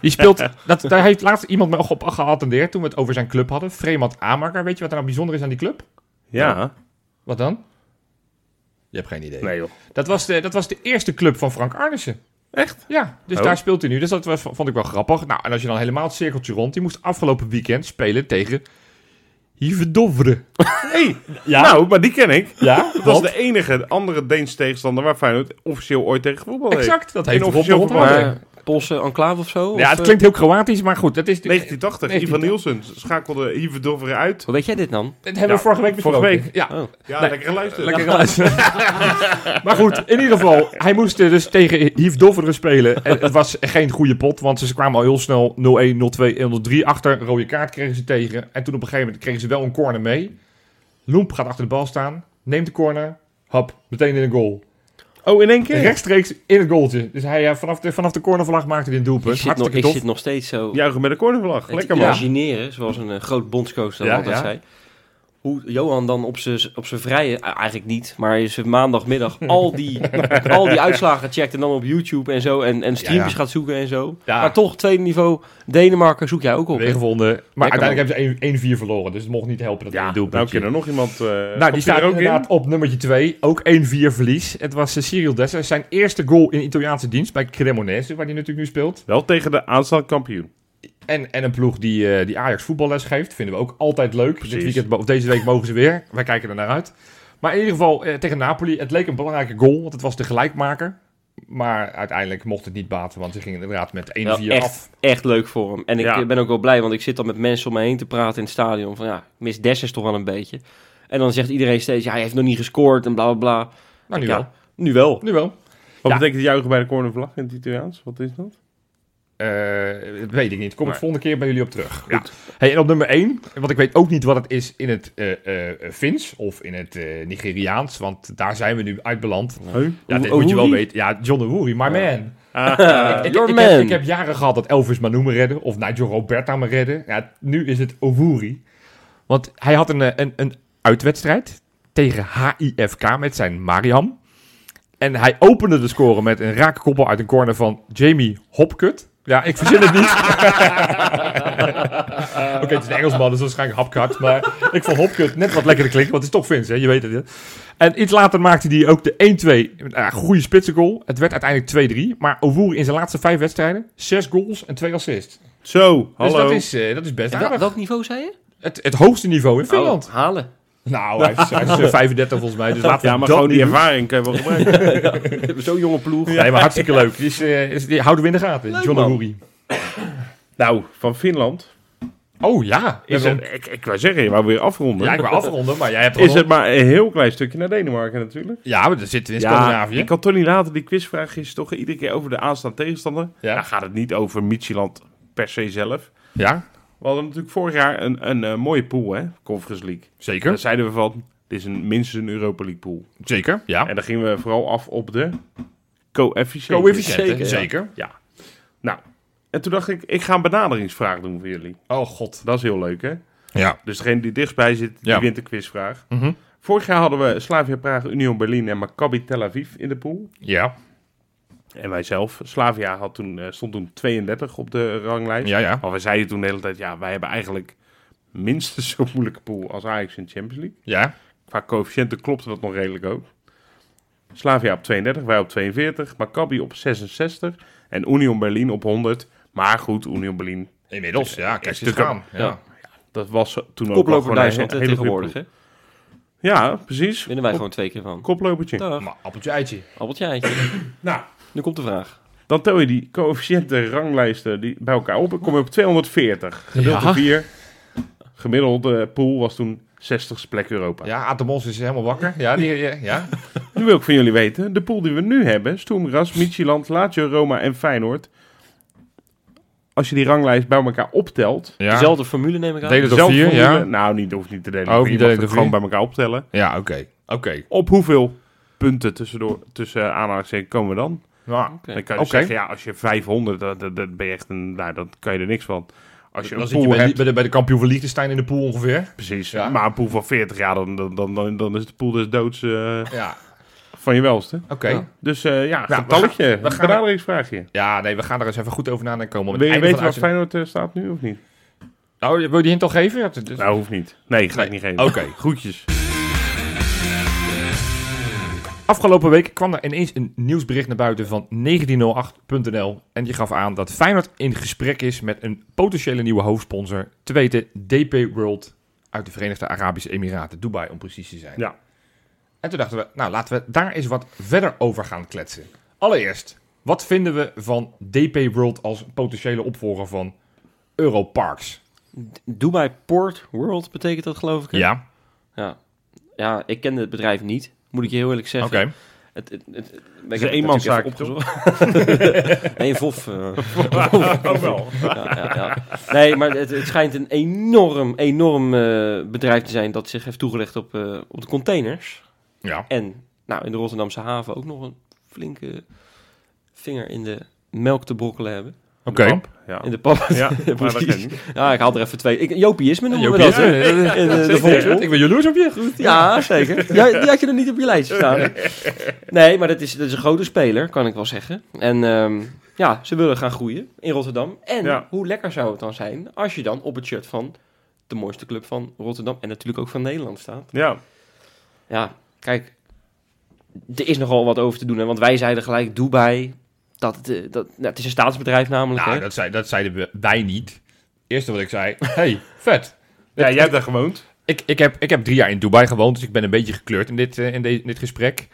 S2: Die speelt... Dat, daar heeft laatst iemand me op geattendeerd toen we het over zijn club hadden. Fremant Amaker. Weet je wat er nou bijzonder is aan die club?
S1: Ja.
S2: Wat dan? Je hebt geen idee.
S1: Nee joh.
S2: Dat, was de, dat was de eerste club van Frank Arnissen. Echt? Ja, dus
S1: Oh.
S2: daar speelt hij nu. Dus dat was, vond ik wel grappig. Nou, en als je dan helemaal het cirkeltje rond... Die moest afgelopen weekend spelen tegen... Hivendovre.
S1: Hey,
S2: Ja?
S1: Nou, maar die ken ik.
S2: *laughs* Ja,
S1: Dat was de enige andere Deens tegenstander waar Feyenoord officieel ooit tegen voetbal heeft.
S2: Exact, dat heeft
S1: In
S2: Rob de
S1: officieel
S2: Hond
S1: verband.
S2: ook.
S3: Maar eh, Poolse enclave of zo?
S2: Ja,
S3: Of,
S2: het
S3: eh,
S2: klinkt heel Kroatisch, maar goed. Dat, is, dat
S1: 1980, Ivan Nielsen schakelde Ivan Dover uit.
S3: Hoe weet jij dit dan?
S2: hebben we
S1: Ja,
S2: vorige week besproken.
S1: vorige week.
S2: Ja,
S3: Oh.
S1: Ja,
S2: Nee.
S1: lekker geluisterd.
S2: lekker
S3: *laughs*
S2: geluisterd. maar goed, in ieder geval. Hij moest eh, dus tegen Yves Doveren spelen. En het was geen goede pot, want ze kwamen al heel snel 0-1, 0-2, 0-3 achter. Een Rode kaart kregen ze tegen. En toen op een gegeven moment kregen ze wel een corner mee. Loemp gaat achter de bal staan, neemt de corner. Hap, meteen in een goal.
S1: Oh, in één keer?
S2: Rechtstreeks in het goaltje. Dus hij, eh, vanaf, de, vanaf de cornervlag maakte hij een
S3: Ik
S2: doelpunt.
S3: zit, nog,
S2: Hartstikke
S3: ik
S2: tof.
S3: zit nog steeds zo
S1: Juichen met een cornervlag.
S3: het
S1: Lekker man.
S2: ja.
S3: imagineren, zoals een eh, groot bondscoach dat
S2: Ja,
S3: altijd
S2: ja.
S3: zei. Hoe Johan dan op zijn op zijn vrije, eh, eigenlijk niet, maar is het maandagmiddag al die, al die uitslagen checkt en dan op YouTube en zo en, en streams
S2: ja.
S3: gaat zoeken en zo.
S2: Ja.
S3: Maar toch, tweede niveau, Denemarken zoek jij ook op. hè?
S2: Weer gevonden. Maar
S3: Lekker,
S2: uiteindelijk hebben ze 1-4 verloren. Dus het mocht niet helpen dat hij
S1: Ja,
S2: een
S1: nou
S2: doelpuntje...
S1: kan er nog iemand... eh,
S2: Nou, die
S1: komt hij
S2: staat
S1: er ook
S2: inderdaad
S1: in?
S2: op nummertje 2. Ook 1-4 verlies. Het was eh, Cyril Dessers. Zijn eerste goal in Italiaanse dienst bij Cremonese, waar hij natuurlijk nu speelt.
S1: Wel tegen de aanstaande kampioen.
S2: En, en een ploeg die, eh, die Ajax voetballes geeft. Vinden we ook altijd leuk.
S1: Precies.
S2: Dit weekend, mo- of deze week mogen ze weer. Wij kijken er naar uit. Maar in ieder geval eh, tegen Napoli. Het leek een belangrijke goal, want het was de gelijkmaker. Maar uiteindelijk mocht het niet baten, want ze gingen inderdaad met 1-4
S3: Wel
S2: af.
S3: echt, echt leuk voor hem. En ik
S1: Ja.
S3: eh, ben ook wel blij, want ik zit dan met mensen om me heen te praten in het stadion. Van ja, ik mis Dessers toch wel een beetje. En dan zegt iedereen steeds, ja, hij heeft nog niet gescoord en bla bla bla.
S2: Nou, nu
S3: Ja,
S2: wel.
S3: Nu wel.
S2: Nu wel.
S1: Wat
S2: Ja.
S1: betekent juichen bij de cornervlag in het Italiaans? Wat is dat?
S2: Eh, dat weet ik niet. Kom ik
S1: Nee.
S2: volgende keer bij jullie op terug. Ja. Hey, en op nummer 1, want ik weet ook niet wat het is in het eh, eh, Fins of in het eh, Nigeriaans, want daar zijn we nu uitbeland.
S1: Huh?
S2: Ja, dit moet je wel weten. Ja, John de Woerie, my man. *laughs*
S1: Ah,
S2: Ik,
S3: Your
S2: ik,
S3: man.
S2: heb, ik heb jaren gehad dat Elvis Manu me redde of Nigel Roberta me redde. Ja, nu is het Owuri. Want hij had een, eh, een, een uitwedstrijd tegen HIFK met zijn Mariam. En hij opende de score met een raak koppel uit een corner van Jamie Hopkut. Ja, ik verzin het
S3: *laughs*
S2: niet. Oké, het is een Engelsman, dus waarschijnlijk hapkart. Maar ik vond Hopkut net wat lekkerder klinken, want het is toch Vins, hè? Je weet het. hè? En iets later maakte hij ook de 1-2. Ja, goede spitsengoal. Het werd uiteindelijk 2-3. Maar Owoer in zijn laatste vijf wedstrijden, zes goals en twee assists.
S1: Zo,
S2: Dus
S1: hallo.
S2: dat is, eh, dat is best
S3: En wel-
S2: aardig.
S3: welk niveau zei je?
S2: Het, het hoogste niveau in Finland.
S3: Oh, halen.
S2: Nou, hij is, hij is, eh, 35 volgens mij, dus laten we
S1: Ja, maar
S2: dat
S1: gewoon die
S2: niet doen.
S1: ervaring kan je wel gebruiken.
S2: *laughs*
S3: Zo'n jonge ploeg.
S2: Nee, maar hartstikke leuk. Dus, eh, is, die houden we in de gaten. John
S3: man.
S2: Owoeri.
S1: nou, van Finland.
S2: Oh ja. We
S1: Is
S2: hebben-
S1: het, ik, ik wou zeggen, je wou weer afronden.
S2: Ja, ik wil afronden, maar jij hebt
S1: is
S2: gewoon-
S1: het maar een heel klein stukje naar Denemarken natuurlijk.
S2: Ja, maar dan zitten we in Scandinavië.
S1: ik kan toch niet laten. Die quizvraag is toch iedere keer over de aanstaande tegenstander.
S2: Ja.
S1: Dan gaat het niet over Micheland per se zelf.
S2: Ja,
S1: We hadden natuurlijk vorig jaar een, een eh, mooie pool, hè? Conference League.
S2: zeker.
S1: Daar zeiden we van, dit is een, minstens een Europa League pool.
S2: Zeker, ja.
S1: En dan gingen we vooral af op de coëfficiënt.
S2: Coëfficiënten,
S3: Zeker, ja.
S2: zeker.
S1: Ja. Nou, en toen dacht ik, ik ga een benaderingsvraag doen voor jullie.
S2: Oh god.
S1: Dat is heel leuk, hè?
S2: Ja.
S1: Dus degene die dichtstbij zit, die
S2: Ja.
S1: wint de quizvraag.
S2: Mhm.
S1: Vorig jaar hadden we Slavia Praag, Union Berlin en Maccabi Tel Aviv in de pool.
S2: Ja,
S1: En wij zelf. Slavia had toen, eh, stond toen 32 op de ranglijst.
S2: ja, ja.
S1: Maar wij zeiden toen de hele tijd, ja, wij hebben eigenlijk minstens zo'n moeilijke pool als Ajax in de Champions League.
S2: Ja,
S1: Qua coëfficiënten klopte dat nog redelijk ook. Slavia op 32, wij op 42, Maccabi op 66 en Union Berlin op 100. Maar goed, Union Berlin,
S2: inmiddels. Ja, kijk,
S1: is
S2: ze
S1: natuurlijk
S2: gaan.
S3: Ja.
S2: Ja.
S1: dat was toen ook wel
S3: Koploper
S1: gewoon een
S3: Duitsland
S1: he-
S3: hè,
S1: hele goede
S3: tegenwoordig.
S1: ploeg.
S3: Hè?
S1: Ja, precies.
S3: Winnen wij
S1: Kop-
S3: gewoon Nou. twee keer van.
S1: Koplopertje.
S3: Dag,
S2: Maar appeltje eitje.
S3: appeltje eitje.
S1: Nou,
S3: Nu komt de vraag.
S1: dan tel je die coëfficiënten ranglijsten die bij elkaar op en kom je op 240. Gedeeld door
S2: Ja.
S1: 4. Gemiddelde pool was toen 60 plek Europa.
S2: Ja, Atemos is helemaal wakker. Ja, die, ja, ja.
S1: Nu wil ik van jullie weten, de pool die we nu hebben, Stoemras, Michieland, Lazio, Roma en Feyenoord. Als je die ranglijst bij elkaar optelt,
S2: ja.
S3: Dezelfde formule neem ik aan.
S2: Delen door
S1: zelf
S2: vier,
S1: formule-
S2: ja.
S1: nou niet, hoeft niet te delen,
S2: Oh,
S1: oh,
S2: niet
S1: je mag
S2: delen
S1: het
S2: door
S1: gewoon
S2: vier?
S1: bij elkaar optellen.
S2: Ja, oké. Oké.
S1: Op hoeveel punten tussendoor, tussen aanhalingstekens komen we dan?
S2: Nou,
S3: Oké.
S1: Dan kan je dus
S2: Oké.
S1: zeggen, ja, als je 500, dat, dat, dat ben je echt een, nou, dat kan je er niks van. Als je
S2: dan
S1: een
S2: zit je
S1: pool
S2: bij,
S1: hebt,
S2: bij, de, bij de kampioen van Liechtenstein in de pool ongeveer.
S1: precies,
S2: Ja.
S1: maar een pool van 40, ja, dan, dan, dan, dan, dan is de pool des doods eh,
S2: Ja,
S1: van je welste.
S2: oké.
S3: Ja.
S1: Dus eh ja,
S2: Nou, we
S1: getalletje,
S2: gaan- we
S1: een
S2: gaan-
S1: benaderingsvraagje.
S2: Ja, nee, we gaan er eens even goed over nadenken komen.
S1: Wil je
S2: Einde
S1: weten waar
S2: van de uitzending-
S1: Feyenoord eh, staat nu, of niet?
S2: Nou, wil je die hint al geven? Ja, dat is-
S1: Nou, hoeft niet. Nee, ga
S2: Nee.
S1: ik niet geven.
S2: Oké.
S1: *laughs* Groetjes.
S2: Afgelopen week kwam er ineens een nieuwsbericht naar buiten van 1908.nl. En die gaf aan dat Feyenoord in gesprek is met een potentiële nieuwe hoofdsponsor. Te weten DP World uit de Verenigde Arabische Emiraten, Dubai om precies te zijn.
S1: Ja.
S2: En toen dachten we, nou laten we daar eens wat verder over gaan kletsen. Allereerst, Wat vinden we van DP World als potentiële opvolger van Europarks?
S3: Dubai Port World betekent dat, geloof ik. hè?
S2: Ja,
S3: Ja, ja ik kende het bedrijf niet, moet ik je heel eerlijk
S2: oké.
S3: zeggen. Het, het, het, ik heb het
S1: eenmanszaak,
S3: natuurlijk even opgezocht. *laughs* nee, een vof. eh.
S1: Ook Oh, wel.
S3: ja, ja, ja. Nee, maar het, het schijnt een enorm, enorm eh, bedrijf te zijn dat zich heeft toegelegd op, eh, op de containers.
S2: Ja.
S3: En nou, in de Rotterdamse haven ook nog een flinke vinger in de melk te brokkelen hebben.
S2: Oké.
S1: De pap, Ja.
S3: In de pap.
S1: *laughs* Ja,
S3: *laughs* Precies.
S1: maar dat ken ik.
S3: ja, ik haal er even twee. Ik, Jopiïsme noemen we
S2: Jopie,
S3: dat, hè?
S2: eh, eh,
S3: In de, de
S2: zeker.
S3: volksmond.
S2: *laughs* Ik ben jaloers op je. Goed.
S3: *laughs* Ja, zeker. Ja, die had je nog niet op je lijstje staan. hè? Nee, maar dat is, dat is een grote speler, kan ik wel zeggen. En ehm, ja, ze willen gaan groeien in Rotterdam. En
S1: Ja.
S3: hoe lekker zou het dan zijn als je dan op het shirt van de mooiste club van Rotterdam en natuurlijk ook van Nederland staat.
S1: Ja.
S3: Ja, kijk, er is nogal wat over te doen. Hè? Want wij zeiden gelijk Dubai, dat, het, eh, dat, nou, het is een staatsbedrijf namelijk.
S2: Nou,
S3: hè?
S2: dat, zei, dat zeiden we, wij niet. Eerste wat ik zei, *laughs* hey, vet.
S1: ja, jij hebt daar gewoond.
S2: Ik, ik, heb, ik heb drie jaar in Dubai gewoond, dus ik ben een beetje gekleurd in dit, eh, in de- in dit gesprek.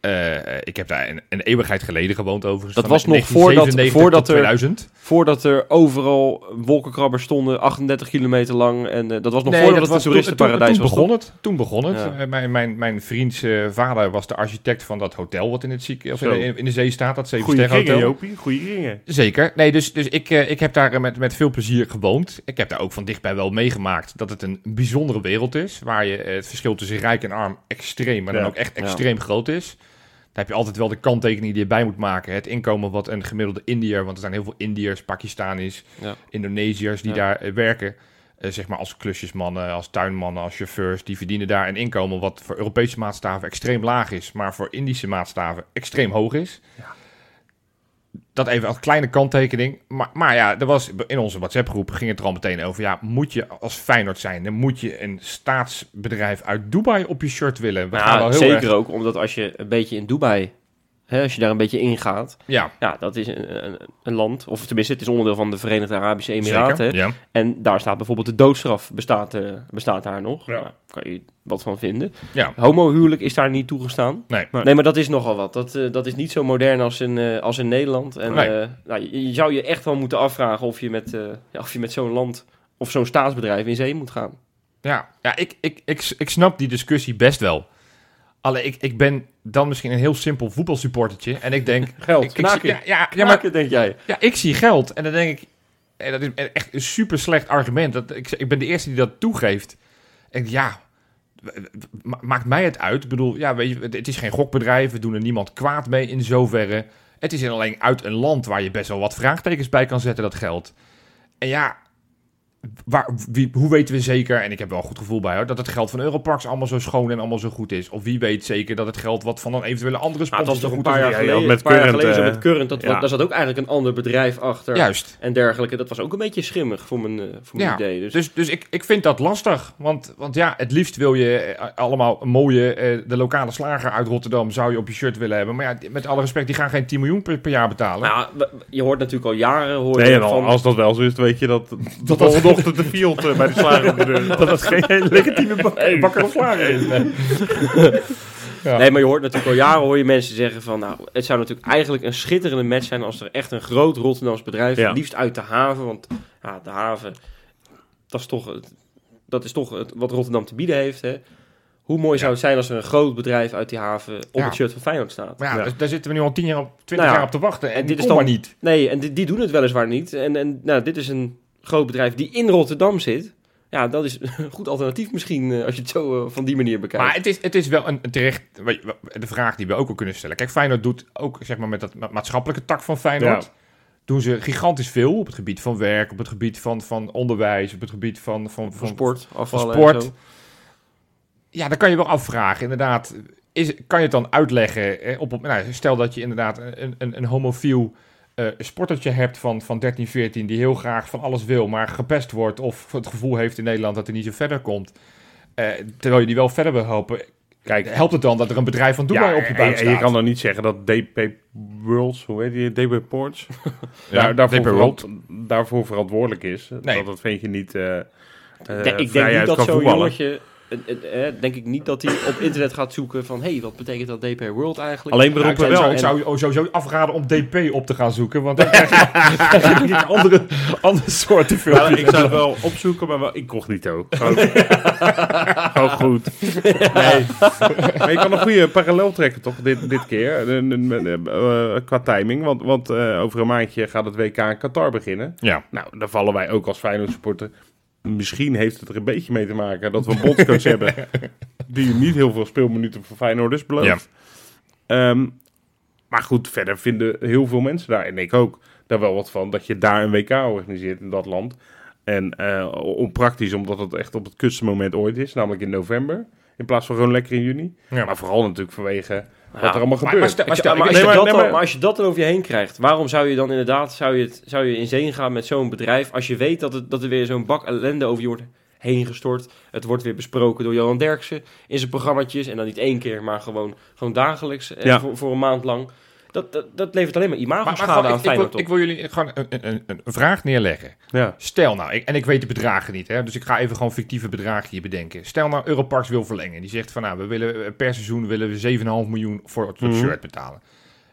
S2: Eh, ik heb daar een, een eeuwigheid geleden gewoond overigens.
S3: Dat
S2: van
S3: was nog
S2: 1997
S3: voordat-
S2: tot
S3: voordat er-
S2: 2000.
S3: Voordat er overal wolkenkrabbers stonden, 38 kilometer lang. En eh, dat was nog
S2: Nee,
S3: voordat
S2: dat
S3: het een
S2: was toen-
S3: toeristenparadijs
S2: toen,
S3: was.
S2: toen
S3: toch?
S2: begon het. Toen begon het.
S3: Ja.
S2: Eh, Mijn, mijn, mijn vriends eh, vader was de architect van dat hotel wat in, het zieke, of in,
S1: Zo.
S2: de, in de zee staat, dat
S1: Goeie
S2: Zevensterrenhotel.
S1: ringen,
S2: hotel.
S1: Jopie. Goeie ringen.
S2: Zeker. Nee, dus, dus ik, eh, ik heb daar eh, met, met veel plezier gewoond. Ik heb daar ook van dichtbij wel meegemaakt dat het een bijzondere wereld is. Waar je eh, het verschil tussen rijk en arm extreem, maar dan
S1: Ja.
S2: ook echt
S3: Ja.
S2: extreem groot is. Daar heb je altijd wel de kanttekening die je bij moet maken. Het inkomen wat een gemiddelde Indiër, want er zijn heel veel Indiërs, Pakistanis,
S3: Ja.
S2: Indonesiërs die
S3: Ja.
S2: daar eh, werken. eh, zeg maar als klusjesmannen, als tuinmannen, als chauffeurs. Die verdienen daar een inkomen wat voor Europese maatstaven extreem laag is. Maar voor Indische maatstaven extreem hoog is. Dat even als kleine kanttekening. Maar, maar ja, er was, in onze WhatsApp-groep ging het er al meteen over. Ja, moet je als Feyenoord zijn, dan moet je een staatsbedrijf uit Dubai op je shirt willen. We gaan wel
S3: Nou,
S2: heel
S3: zeker
S2: erg...
S3: ook, omdat als je een beetje in Dubai, hè, als je daar een beetje ingaat,
S2: Ja,
S3: ja, dat is een, een, een land, of tenminste, het is onderdeel van de Verenigde Arabische Emiraten.
S2: zeker. Ja.
S3: En daar staat bijvoorbeeld de doodstraf, bestaat, eh, bestaat daar nog.
S1: Ja.
S3: Nou, kan je wat van vinden.
S2: Ja.
S3: Homohuwelijk is daar niet toegestaan.
S2: Nee.
S1: Nee.
S3: Nee, maar dat is nogal wat. Dat, eh, dat is niet zo modern als in, eh, als in Nederland. En
S2: Nee.
S3: eh, nou, je, je zou je echt wel moeten afvragen of je met, eh, ja, of je met zo'n land of zo'n staatsbedrijf in zee moet gaan.
S2: Ja, ja ik, ik, ik, ik snap die discussie best wel. Alleen ik, ik ben dan misschien een heel simpel voetbalsupportertje. En ik denk.
S3: Geld,
S2: ik, ik
S3: knaken.
S2: zie- ja, ja, ja, maar,
S3: Knaken, denk jij?
S2: ja, ik zie geld. En dan denk ik. En dat is echt een super slecht argument. Dat, ik, ik ben de eerste die dat toegeeft. En ja, ma- maakt mij het uit? Ik bedoel, ja, weet je, het- het is geen gokbedrijf. We doen er niemand kwaad mee in zoverre. Het is alleen uit een land waar je best wel wat vraagtekens bij kan zetten, dat geld. En ja, waar, wie, hoe weten we zeker, en ik heb wel een goed gevoel bij hoor, dat het geld van Europarks allemaal zo schoon en allemaal zo goed is? Of wie weet zeker dat het geld wat van een eventuele andere
S1: Ah,
S3: Maar het
S2: sponsor
S3: was Ah, toch
S2: zo goed
S3: een paar
S2: is?
S3: jaar
S1: Ja, ja,
S3: geleden,
S1: met
S3: een paar jaar
S1: Current,
S3: geleden zo
S1: eh,
S3: met Current. Dat,
S1: ja.
S3: Daar zat ook eigenlijk een ander bedrijf achter.
S2: Juist.
S3: En dergelijke. Dat was ook een beetje schimmig voor mijn, eh, voor mijn
S2: Ja,
S3: idee. Dus,
S2: Dus, dus ik, ik vind dat lastig. Want, want ja, het liefst wil je eh, allemaal een mooie... eh, de lokale slager uit Rotterdam zou je op je shirt willen hebben. Maar ja, die- met alle respect, die gaan geen 10 miljoen per, per jaar betalen.
S3: nou, we- je hoort natuurlijk al jaren hoor je
S1: Nee, en al-
S3: van...
S1: als dat wel zo is, dan weet je *laughs* dat... Dat volgende ochtend de field eh, bij *laughs* de slager op de deur. Dat dat *laughs* geen legitieme
S2: bakker of slager eh. is. Nee. ja.
S3: Nee, maar je hoort natuurlijk al jaren hoor je mensen zeggen van... Nou, het zou natuurlijk eigenlijk een schitterende match zijn... als er echt een groot Rotterdams bedrijf...
S1: Ja.
S3: liefst uit de haven. Want ja, de haven, dat is toch, het- dat is toch het, wat Rotterdam te bieden heeft. Hè? Hoe mooi zou het zijn als er een groot bedrijf uit die haven... op
S2: Ja.
S3: het shirt van Feyenoord staat.
S2: Maar ja, dus
S1: Ja.
S2: daar- daar zitten we nu al 10 jaar op, 20
S3: Nou ja,
S2: jaar op te wachten. En,
S3: en
S2: dit
S3: dit
S2: is
S3: is
S2: dan maar
S3: dan-
S2: niet.
S3: Nee, en die, die doen het weliswaar niet. En, en nou, dit is een groot bedrijf die in Rotterdam zit. Ja, dat is *laughs* een goed alternatief misschien eh, als je het zo eh, van die manier bekijkt.
S2: Maar het is, het is wel een, een terecht... weet je, De vraag die we ook al kunnen stellen. Kijk, Feyenoord doet ook zeg maar, met dat ma- maatschappelijke tak van Feyenoord... doen ze gigantisch veel op het gebied van werk... op het gebied van, van onderwijs, op het gebied van... Van,
S3: van
S2: van,
S3: sport, afvallen
S2: sport.
S3: en zo.
S2: Ja, dan kan je wel afvragen, inderdaad. Is, kan je het dan uitleggen? eh, Op, op, nou, stel dat je inderdaad een, een, een homofiel eh, sportertje hebt van, van 13, 14... die heel graag van alles wil, maar gepest wordt... of het gevoel heeft in Nederland dat hij niet zo verder komt. eh, terwijl je die wel verder wil helpen. Kijk, helpt het dan dat er een bedrijf van Dubai op je buik
S1: en,
S2: staat?
S1: en eh, je kan dan niet zeggen dat DP Worlds, hoe heet die, DP *laughs* Ports, daar, daarvoor,
S2: DP
S1: verant-
S2: World.
S1: daarvoor verantwoordelijk is.
S2: Nee.
S1: Dat, dat vind je niet... eh, eh,
S3: ik denk
S1: vrijheid
S3: niet dat
S1: kan
S3: zo'n
S1: voetballen.
S3: jongetje en- en- eh, denk ik niet dat hij op internet gaat zoeken van... hé, hey, wat betekent dat DP World eigenlijk?
S1: Alleen
S2: Nou, ik
S1: beroepen
S2: zou,
S1: wel.
S2: ik zou, ik zou sowieso afraden om DP op te gaan zoeken, want dan krijg je,
S1: *laughs*
S2: dan krijg je een andere, andere soorten
S1: Ja,
S2: filmpjes.
S1: Nou, ik zou het wel opzoeken, maar wel incognito. Gewoon, gewoon goed. Nee. Maar je kan een goede parallel trekken, toch? Dit, dit keer. Een- een- een- eh, Qua timing. Want, want eh, over een maandje gaat het WK in Qatar beginnen.
S2: Ja.
S1: Nou, daar vallen wij ook als Feyenoord supporter. Misschien heeft het er een beetje mee te maken dat we een
S2: *laughs*
S1: bondscoach hebben... die niet heel veel speelminuten voor Feyenoorders belooft.
S2: Ja.
S1: Ehm, maar goed, verder vinden heel veel mensen daar, en ik ook, daar wel wat van. Dat je daar een WK organiseert in dat land. En eh, onpraktisch, omdat het echt op het kutste moment ooit is. Namelijk in november. In plaats van gewoon lekker in juni.
S2: Ja.
S1: Maar vooral natuurlijk vanwege wat
S3: Ja,
S1: er allemaal
S2: maar-
S1: gebeurt.
S2: maar stel-
S3: Maar, stel-
S2: ik-
S3: maar als
S1: nee,
S3: je
S1: maar-
S3: dat
S1: nee,
S3: dan-
S1: maar-
S3: maar als je dat dan over je heen krijgt, waarom zou je dan inderdaad zou je, het, zou je in zee gaan met zo'n bedrijf als je weet dat, het, dat er weer zo'n bak ellende over je wordt heen gestort? Het wordt weer besproken door Johan Derksen in zijn programmaatjes en dan niet één keer, maar gewoon, gewoon dagelijks eh,
S1: Ja.
S3: voor, voor een maand lang. Dat, dat, dat levert alleen maar
S2: Maar, maar
S3: imago-schade
S2: gewoon,
S3: aan
S2: ik, ik,
S3: Feyenoord
S2: wil, ik
S3: op.
S2: wil jullie gewoon een, een- een, een vraag neerleggen.
S1: ja.
S2: Stel nou, ik, en ik weet de bedragen niet, hè, dus ik ga even gewoon fictieve bedragen hier bedenken. Stel nou, Europarks wil verlengen. Die zegt van, nou, we willen, eh, per seizoen willen we 7,5 miljoen voor het, voor het
S1: Mhm.
S2: shirt betalen.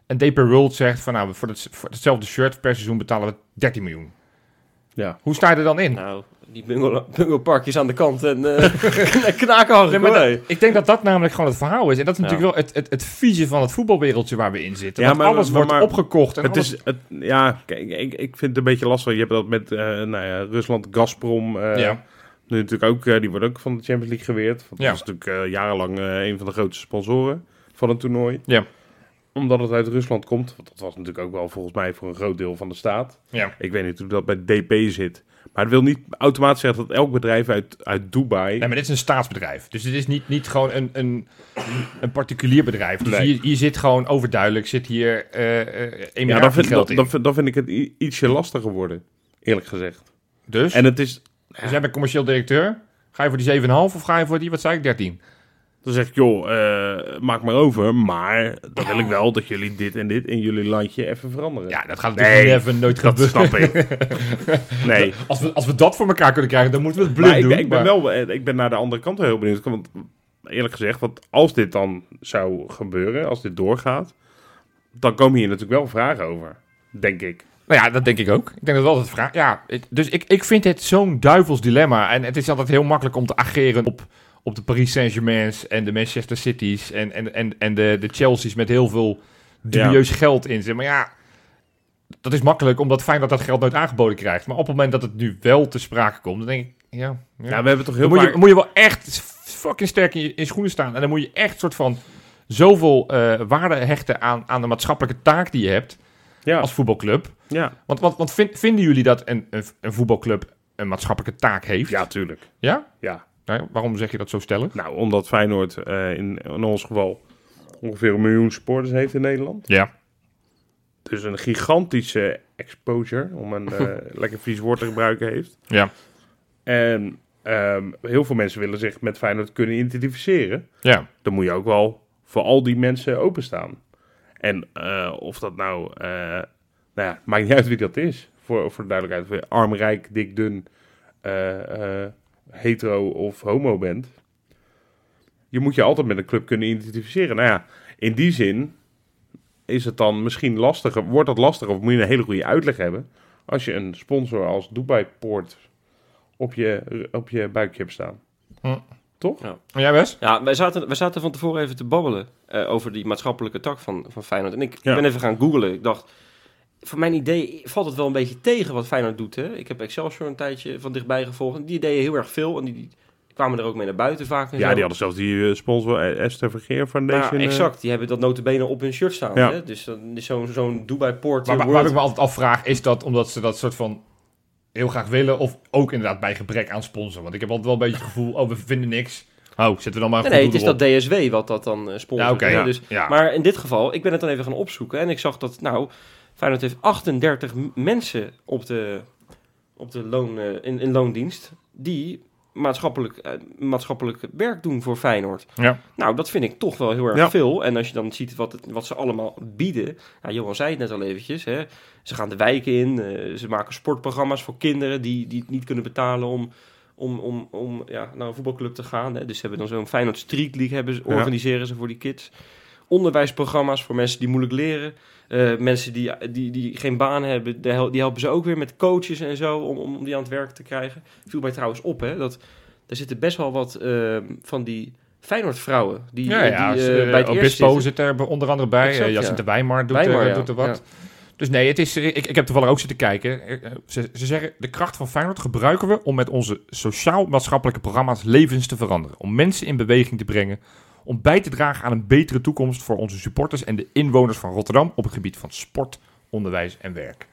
S2: En DP World zegt van, nou, we- voor, het, voor hetzelfde shirt per seizoen betalen we 13 miljoen.
S1: Ja.
S2: Hoe sta je er dan in?
S3: Nou, die bungalow- bungalowparkjes aan de kant en eh knaken hangen.
S2: Nee, maar dat- ik denk dat dat namelijk gewoon het verhaal is. En dat is
S3: Ja.
S2: natuurlijk wel het, het, het vieze van het voetbalwereldje waar we in zitten.
S1: Ja,
S2: Want
S1: maar-
S2: alles
S1: maar-
S2: wordt
S1: maar-
S2: opgekocht. En
S1: Het
S2: alles-
S1: is, het, ja, kijk, ik, ik vind het een beetje lastig. Je hebt dat met eh, nou ja, Rusland, Gazprom. eh,
S2: ja.
S1: Nu natuurlijk ook, eh, die wordt ook van de Champions League geweerd. Want
S2: Ja.
S1: dat is natuurlijk eh, jarenlang eh, een van de grootste sponsoren van het toernooi.
S2: Ja.
S1: Omdat het uit Rusland komt. Want dat was natuurlijk ook wel volgens mij voor een groot deel van de staat.
S2: Ja.
S1: Ik weet niet hoe dat bij DP zit. Maar het wil niet automatisch zeggen dat elk bedrijf uit, uit Dubai...
S2: Nee, maar dit is een staatsbedrijf. Dus dit is niet, niet gewoon een, een, een particulier bedrijf. Dus
S1: Nee.
S2: hier, hier zit gewoon overduidelijk, zit hier eh eh
S1: ja, dan vind,
S2: geld
S1: dan,
S2: in.
S1: dan vind- dan vind ik het i- ietsje lastiger worden. Eerlijk gezegd.
S2: dus,
S1: En het is...
S2: dus jij bent commercieel directeur. Ga je voor die 7,5 of ga je voor die, wat zei ik, 13?
S1: Dan zeg ik, joh, eh, maak maar over. Maar dan wil ik wel dat jullie dit en dit in jullie landje even veranderen.
S2: Ja, dat gaat
S1: Nee,
S2: natuurlijk never,
S1: *laughs*
S2: nooit
S1: dat
S2: gebeuren.
S1: snap *laughs* ik. Nee.
S2: Als we, als we dat voor elkaar kunnen krijgen, dan moeten we het blind
S1: Maar ik,
S2: doen.
S1: ben- ik ben
S2: maar-
S1: wel, eh, ik ben naar de andere kant wel heel benieuwd. Want eerlijk gezegd, want als dit dan zou gebeuren, als dit doorgaat, dan komen hier natuurlijk wel vragen over. Denk ik.
S2: Nou ja, dat denk ik ook. Ik denk dat dat het vraag. Ja, ik- dus ik, ik vind het zo'n duivels dilemma. En het is altijd heel makkelijk om te ageren op, op de Paris Saint-Germain's en de Manchester City's en, en, en, en de, de Chelsea's met heel veel dubieus geld in zit. Maar ja, dat is makkelijk omdat fijn dat dat geld nooit aangeboden krijgt. Maar op het moment dat het nu wel te sprake komt, dan denk ik, ja. ja.
S1: Ja, we hebben toch heel
S2: dan moet je,
S1: vaak...
S2: moet je wel echt fucking sterk in je in schoenen staan. En dan moet je echt soort van zoveel eh, waarde hechten aan, aan de maatschappelijke taak die je hebt
S1: Ja,
S2: als voetbalclub.
S1: ja.
S2: Want, want, want vin- vinden jullie dat een, een, een voetbalclub een maatschappelijke taak heeft?
S1: ja, tuurlijk.
S2: Ja?
S1: Ja.
S2: Nou, waarom zeg je dat zo stellig?
S1: Nou, omdat Feyenoord eh, in, in ons geval ongeveer een miljoen supporters heeft in Nederland.
S2: Ja.
S1: Dus een gigantische exposure, om een eh, lekker vies woord te gebruiken, heeft.
S2: Ja.
S1: En ehm, heel veel mensen willen zich met Feyenoord kunnen identificeren.
S2: Ja.
S1: dan moet je ook wel voor al die mensen openstaan. En eh, of dat nou, eh, nou ja, maakt niet uit wie dat is. Voor, voor de duidelijkheid, of je arm, rijk, dik, dun, eh, eh, hetero of homo bent. Je moet je altijd met een club kunnen identificeren. Nou ja, in die zin is het dan misschien lastiger. Wordt dat lastiger of moet je een hele goede uitleg hebben als je een sponsor als Dubai Port op je, op je buikje hebt staan.
S2: En jij Wes?
S3: Ja, wij zaten, wij zaten van tevoren even te babbelen eh, over die maatschappelijke tak van, van Feyenoord. En ik
S1: Ja.
S3: ben even gaan googlen. Ik dacht, voor mijn idee valt het wel een beetje tegen wat Feyenoord doet. Hè? Ik heb Excelsior een tijdje van dichtbij gevolgd. En die deden heel erg veel. En die, die kwamen er ook mee naar buiten vaak. En
S1: Ja,
S3: zo.
S1: die hadden zelfs die eh, sponsor eh, Esther Vergeer Foundation.
S3: Nou,
S1: eh,
S3: exact. Die hebben dat notabene op hun shirt staan.
S1: Ja.
S3: Hè? Dus dan is zo'n zo'n Dubai Port
S2: Waar,
S3: eh,
S2: waar, waar
S3: World-
S2: ik me altijd afvraag, is dat omdat ze dat soort van heel graag willen of ook inderdaad bij gebrek aan sponsor? Want ik heb altijd wel een beetje het gevoel, oh, we vinden niks. Oh, zetten we dan maar een
S3: Nee, nee,
S2: goed
S3: het is
S2: doel
S3: dat DSW wat dat dan eh, sponsort.
S2: Ja, oké,
S3: hè?
S1: ja.
S3: Dus,
S2: erop. Ja.
S3: Maar in dit geval, ik ben het dan even gaan opzoeken. En ik zag dat, nou, Feyenoord heeft 38 m- mensen op de, op de loon, eh, in, in loondienst. Die maatschappelijk, eh, maatschappelijk werk doen voor Feyenoord.
S2: Ja.
S3: Nou, dat vind ik toch wel heel erg
S1: Ja.
S3: veel. En als je dan ziet wat, het, wat ze allemaal bieden. Nou, Johan zei het net al eventjes. Hè. Ze gaan de wijken in. eh, ze maken sportprogramma's voor kinderen die, die het niet kunnen betalen om, om, om, om ja, naar een voetbalclub te gaan. Hè. Dus ze hebben dan zo'n Feyenoord Street League hebben ze,
S1: Ja.
S3: organiseren ze voor die kids. Onderwijsprogramma's voor mensen die moeilijk leren. Eh, mensen die, die, die geen baan hebben, die hel- die helpen ze ook weer met coaches en zo om, om die aan het werk te krijgen. Viel mij trouwens op, hè, dat er zitten best wel wat eh, van die Feyenoord-vrouwen die,
S2: Ja,
S3: eh,
S2: ja.
S3: die
S2: ze-
S3: eh,
S2: eh,
S3: bij het eerst
S2: Obispo
S3: zitten.
S2: zit er onder andere bij.
S3: Exact,
S2: eh,
S3: ja.
S2: Jacinta Weimar doet,
S3: Weimar,
S2: er,
S3: ja.
S2: doet er wat. Dus nee, het is, eh, ik, ik heb toevallig ook zitten kijken. Er, eh, Ze, ze zeggen, de kracht van Feyenoord gebruiken we om met onze sociaal-maatschappelijke programma's levens te veranderen. Om mensen in beweging te brengen. Om bij te dragen aan een betere toekomst voor onze supporters en de inwoners van Rotterdam op het gebied van sport, onderwijs en werk.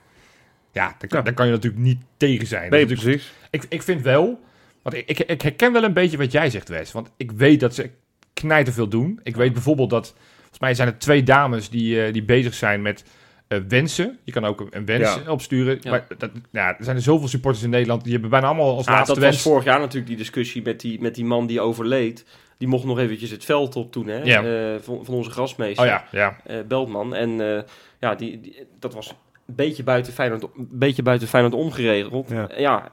S2: Ja, daar kan,
S1: Ja.
S2: daar kan je natuurlijk niet tegen zijn.
S1: Nee,
S2: Dat is natuurlijk-
S1: precies.
S2: ik, ik vind wel, want ik, ik, ik herken wel een beetje wat jij zegt, Wes. Want ik weet dat ze knijten veel doen. Ik weet bijvoorbeeld dat, volgens mij zijn er twee dames die, eh, die bezig zijn met eh, wensen. Je kan ook een, een wens
S1: Ja.
S2: opsturen.
S3: Ja.
S2: Maar dat, ja, er zijn er zoveel supporters in Nederland, die hebben bijna allemaal als
S3: Ah,
S2: laatste
S3: dat
S2: wens.
S3: was vorig jaar natuurlijk die discussie met die, met die man die overleed. Die mocht nog eventjes het veld op toen, hè?
S2: Ja.
S3: eh, van, van onze grasmeester.
S2: Oh ja, ja.
S3: eh, Beltman. En eh, ja, die, die- dat was een beetje buiten Feyenoord, een beetje buiten Feyenoord omgeregeld.
S1: Ja.
S3: Eh, ja,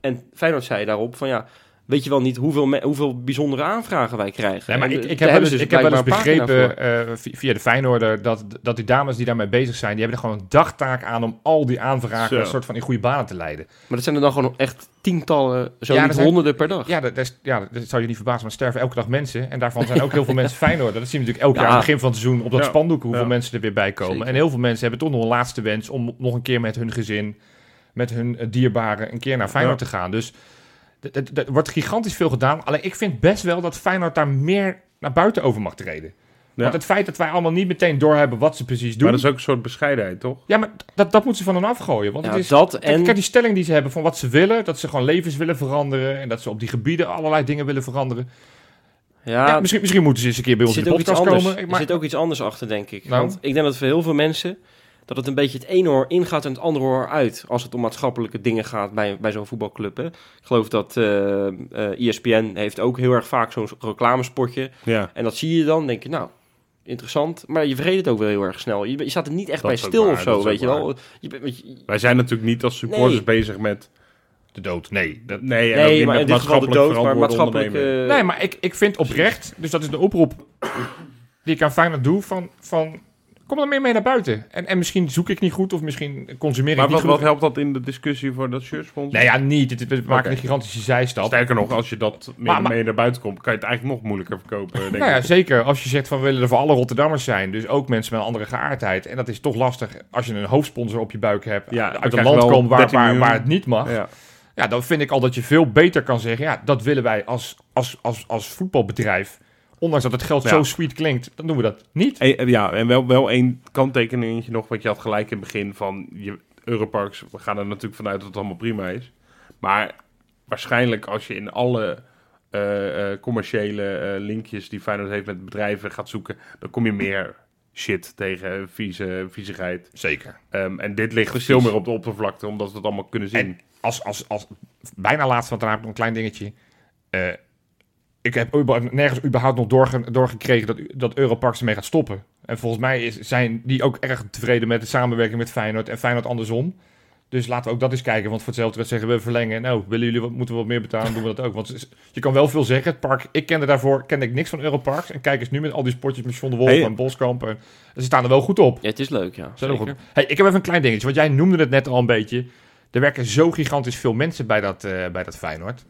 S3: en Feyenoord zei daarop van ja, weet je wel niet hoeveel, me- hoeveel bijzondere aanvragen wij krijgen.
S2: Nee, maar
S3: En,
S2: ik,
S3: eh,
S2: ik heb
S3: daar
S2: wel
S3: hebben
S2: eens,
S3: ze
S2: ik heb wel eens
S3: blijkbaar een pagina
S2: begrepen eh, vi- via de Feyenoorder dat, dat die dames die daarmee bezig zijn, die hebben er gewoon een dagtaak aan om al die aanvragen
S1: Zo.
S2: een soort van in goede banen te leiden.
S3: voor. Maar dat zijn er dan gewoon echt tientallen, zo
S2: Ja,
S3: niet
S2: er zijn-
S3: honderden per dag.
S2: Ja, dat, dat is- ja, dat zou je niet verbazen, maar er sterven elke dag mensen. En daarvan zijn ook heel
S1: *laughs*
S2: veel mensen Feyenoord. Dat zien we natuurlijk elk
S3: Ja.
S2: jaar aan het begin van het seizoen op dat
S1: Ja.
S2: spandoek hoeveel
S1: Ja.
S2: mensen er weer bij komen.
S3: Zeker.
S2: En heel veel mensen hebben toch nog een laatste wens om nog een keer met hun gezin, met hun eh, dierbaren, een keer naar Feyenoord te gaan. Dus d- d- d- er wordt gigantisch veel gedaan. Alleen ik vind best wel dat Feyenoord daar meer naar buiten over mag treden. Want het feit dat wij allemaal niet meteen doorhebben wat ze precies doen.
S1: Maar dat is ook een soort bescheidenheid, toch?
S2: Ja, maar d- dat, dat moeten ze van hen afgooien. Want
S3: Ja,
S2: het is,
S3: dat
S2: Kijk,
S3: en...
S2: kijk, die stelling die ze hebben van wat ze willen, dat ze gewoon levens willen veranderen en dat ze op die gebieden allerlei dingen willen veranderen.
S3: ja,
S2: ja, misschien, misschien moeten ze eens een keer bij
S3: er
S2: ons in
S3: zit
S2: de
S3: ook iets
S2: podcast
S3: anders.
S2: komen. Maar,
S3: Er zit ook iets anders achter, denk ik.
S2: Nou?
S3: Want ik denk dat voor heel veel mensen dat het een beetje het ene oor ingaat en het andere oor uit als het om maatschappelijke dingen gaat bij, bij zo'n voetbalclub. Hè. Ik geloof dat eh eh ESPN heeft ook heel erg vaak zo'n reclamespotje.
S1: Ja.
S3: En dat zie je dan, denk je, nou, interessant. Maar je vergeet het ook wel heel erg snel. Je, je staat er niet echt
S1: Dat
S3: bij
S1: is ook
S3: stil
S1: waar,
S3: of
S1: dat
S3: zo,
S1: is
S3: weet
S1: ook
S3: je wel. Je, bent- want je-
S1: Wij zijn natuurlijk niet als supporters
S3: Nee.
S1: bezig met...
S2: de dood, nee. dat-
S1: Nee, en ook
S3: nee,
S1: niet
S3: maar
S1: met
S3: in dit geval de
S1: maatschappelijk
S3: dood, maar
S1: verantwoord
S3: maatschappelijk...
S1: ondernemen.
S3: eh,
S2: nee, maar ik, ik vind oprecht, dus dat is de oproep die ik aan Feyenoord doe, van, van kom er meer mee naar buiten. En, en misschien zoek ik niet goed of misschien consumeer ik
S1: maar
S2: niet
S1: wat,
S2: goed.
S1: wat helpt dat in de discussie voor dat shirtsponsor?
S2: nee, ja, niet. Het- we maken
S1: Oké.
S2: een gigantische zijstap.
S1: Sterker nog, als je dat meer
S2: Maar- maar-
S1: mee naar buiten komt, kan je het eigenlijk nog moeilijker verkopen. Denk
S2: Nou ja,
S1: ik.
S2: zeker. Als je zegt van we willen er voor alle Rotterdammers zijn. Dus ook mensen met een andere geaardheid. En dat is toch lastig als je een hoofdsponsor op je buik hebt.
S1: Ja, dan
S2: uit een
S1: krijg je
S2: land
S1: wel
S2: komt waar,
S1: 13
S2: waar,
S1: miljoen.
S2: waar het niet mag. Ja.
S1: Ja.
S2: dan vind ik al dat je veel beter kan zeggen. Ja, dat willen wij als, als, als, als voetbalbedrijf. Ondanks dat het geld
S1: Ja.
S2: zo sweet klinkt, dan doen we dat niet.
S1: En, eh, ja, en wel, wel één kanttekeningetje nog, want je had gelijk in het begin van je Europarks. We gaan er natuurlijk vanuit dat het allemaal prima is. Maar waarschijnlijk als je in alle eh, eh, commerciële eh, linkjes die Feyenoord heeft met bedrijven gaat zoeken, dan kom je meer shit tegen, vieze, viezigheid.
S2: Zeker.
S1: Ehm, en dit ligt veel meer op de oppervlakte, omdat we het allemaal kunnen zien.
S2: En als, als, als bijna laatst, want daarna heb ik nog een klein dingetje. Eh, ik heb überhaupt nergens überhaupt nog doorge, doorgekregen dat, dat Europarks ermee gaat stoppen. En volgens mij is, zijn die ook erg tevreden met de samenwerking met Feyenoord en Feyenoord andersom. Dus laten we ook dat eens kijken, want voor hetzelfde geld zeggen we verlengen. Nou, willen jullie wat, moeten we wat meer betalen, doen we dat ook. Want ze- je kan wel veel zeggen, het park, ik kende daarvoor kende ik niks van Europarks. En kijk eens nu met al die sportjes met John de Wolf
S1: Hey.
S2: en Boskamp. En, ze staan er wel goed op.
S3: ja, het is leuk, ja.
S2: Zijn ook
S3: Zeker.
S2: goed. Hey, ik heb even een klein dingetje, want jij noemde het net al een beetje. Er werken zo gigantisch veel mensen bij dat, eh, bij dat Feyenoord.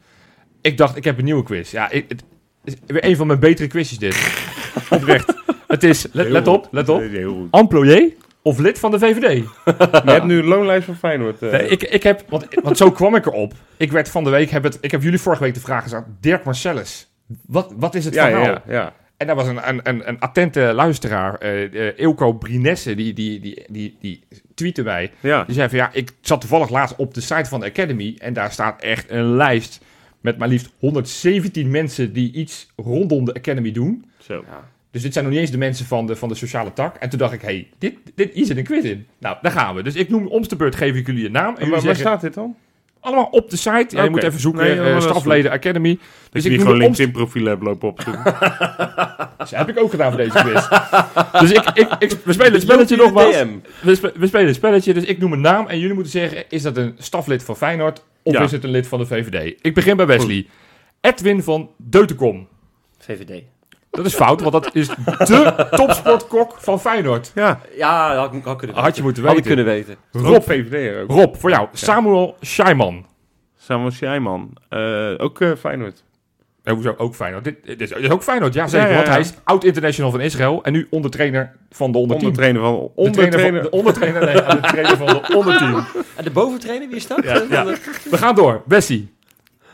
S2: Ik dacht, ik heb een nieuwe quiz. Ja, ik, het is weer een van mijn betere quizjes dit. Oprecht. Het is, let,
S1: Heel
S2: let
S1: goed.
S2: op, let op.
S1: Nee, nee,
S2: *laughs*
S1: heel goed.
S2: Employé of lid van de VVD?
S1: Je hebt nu een loonlijst van Feyenoord. eh.
S2: Nee, ik, ik heb, want, want zo kwam ik erop. Ik werd van de week, heb het, ik heb jullie vorige week de vraag gezegd. Dirk Marcellus, wat, wat is het
S1: ja, ja,
S2: verhaal?
S1: ja, ja.
S2: En daar was een, een, een, een attente luisteraar, eh eh, Eelco Brinesse, die, die, die, die, die tweette mij.
S1: ja.
S2: Die zei van ja, ik zat toevallig laatst op de site van de Academy en daar staat echt een lijst met maar liefst 117 mensen die iets rondom de Academy doen.
S1: Zo.
S2: Dus dit zijn nog niet eens de mensen van de, van de sociale tak. En toen dacht ik, hé, hey, dit, dit, hier zit een quiz in. Nou, daar gaan we. Dus ik noem om de beurt, geef ik jullie een naam. En
S1: En
S2: jullie
S1: waar, waar
S2: zeggen,
S1: staat dit dan?
S2: allemaal op de site. Ja, je
S1: Oké.
S2: moet even zoeken,
S1: Nee,
S2: eh,
S1: maar dat is
S2: stafleden Academy.
S1: Dus
S2: Dus
S1: ik
S2: ik
S1: niet
S2: noem
S1: gewoon
S2: de omst-
S1: LinkedIn-profielen heb lopen opzoeken.
S2: *laughs* Dat heb ik ook gedaan voor deze
S1: *laughs*
S2: quiz. dus ik, ik, ik, we spelen het spelletje
S3: Joopie de
S2: nogmaals.
S3: DM.
S2: We, spe- we spelen een spelletje, dus ik noem een naam en jullie moeten zeggen: is dat een staflid van Feyenoord Of
S1: Ja.
S2: is het een lid van de VVD? Ik begin bij Wesley. Edwin van Deutenkom.
S3: VVD.
S2: Dat is fout, want dat is de topsportkok van Feyenoord.
S1: Ja,
S3: Ja, dat had ik had kunnen weten.
S2: Had je moeten
S3: Had ik
S2: weten.
S3: kunnen weten.
S1: Rob
S2: Rob,
S1: VVD ook.
S2: Rob, voor jou. Samuel Scheiman.
S1: Samuel Sjijman. Eh, ook eh, Feyenoord.
S2: Eh, hoezo ook Feyenoord? Dit, dit is, dit is ook Feyenoord, ja zeker.
S1: Ja, ja,
S2: Want
S1: ja.
S2: hij is oud-international van Israël en nu ondertrainer van de onderteam.
S1: Ondertrainer van...
S2: De trainer
S1: Ondertrainer.
S2: van- de ondertrainer, nee, de trainer van de onderteam.
S3: En de boventrainer, wie is dat?
S2: Ja,
S3: Ja,
S2: ja. We gaan door. Bessie.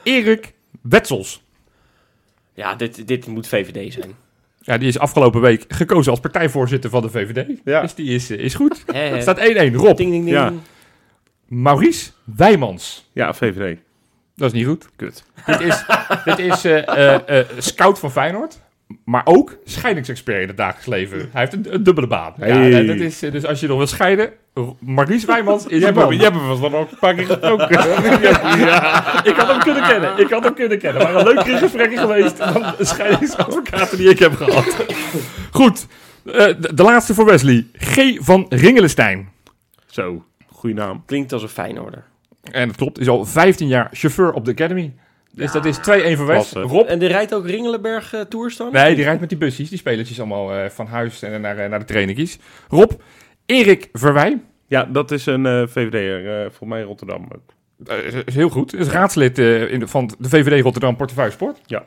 S2: Erik Wetsels.
S3: dit, dit moet VVD zijn.
S2: Ja, die is afgelopen week gekozen als partijvoorzitter van de VVD.
S1: Ja.
S2: Dus die is, eh, is goed.
S3: Hè, hè.
S2: Het staat 1-1. Rob.
S3: Ding, ding, ding.
S1: Ja.
S2: Maurice Wijmans.
S1: Ja, VVD.
S2: Dat is niet goed.
S1: Kut.
S2: dit is, dit is eh, eh, eh, scout van Feyenoord. Maar ook scheidingsexpert in het dagelijks leven. Hij heeft een, een dubbele baan. Ja,
S1: Hey.
S2: eh, dat is, eh, dus als je nog wil scheiden, R- Maurice Wijmans is
S1: Jij
S2: een man.
S1: hebt, jij hebt hem van ook een paar keer gesproken.
S2: Ik had hem kunnen kennen. Ik had hem kunnen kennen. Maar een leukere gesprekken geweest dan de scheidingsadvocaten die ik heb gehad. Goed. eh, de, de laatste voor Wesley. G. van
S1: *laughs*
S2: Ringelenstein.
S1: Zo, goede naam.
S3: Klinkt als een Feyenoorder.
S2: En dat klopt. Is al 15 jaar chauffeur op de Academy. Dus dat is 2-1 voor West.
S1: Klasse.
S2: Rob.
S3: En die rijdt ook Ringelenberg eh, Tours dan?
S2: Nee, die rijdt met die busjes. Die spelertjes allemaal eh, van huis en naar, eh, naar de trainingjes. Rob. Erik Verwij.
S1: Ja, dat is een eh VVD'er. eh, volgens mij in Rotterdam ook.
S2: Eh, is- is heel goed. Is raadslid eh, in de- van de VVD Rotterdam Portefeuille Sport.
S1: Ja.
S2: Nou,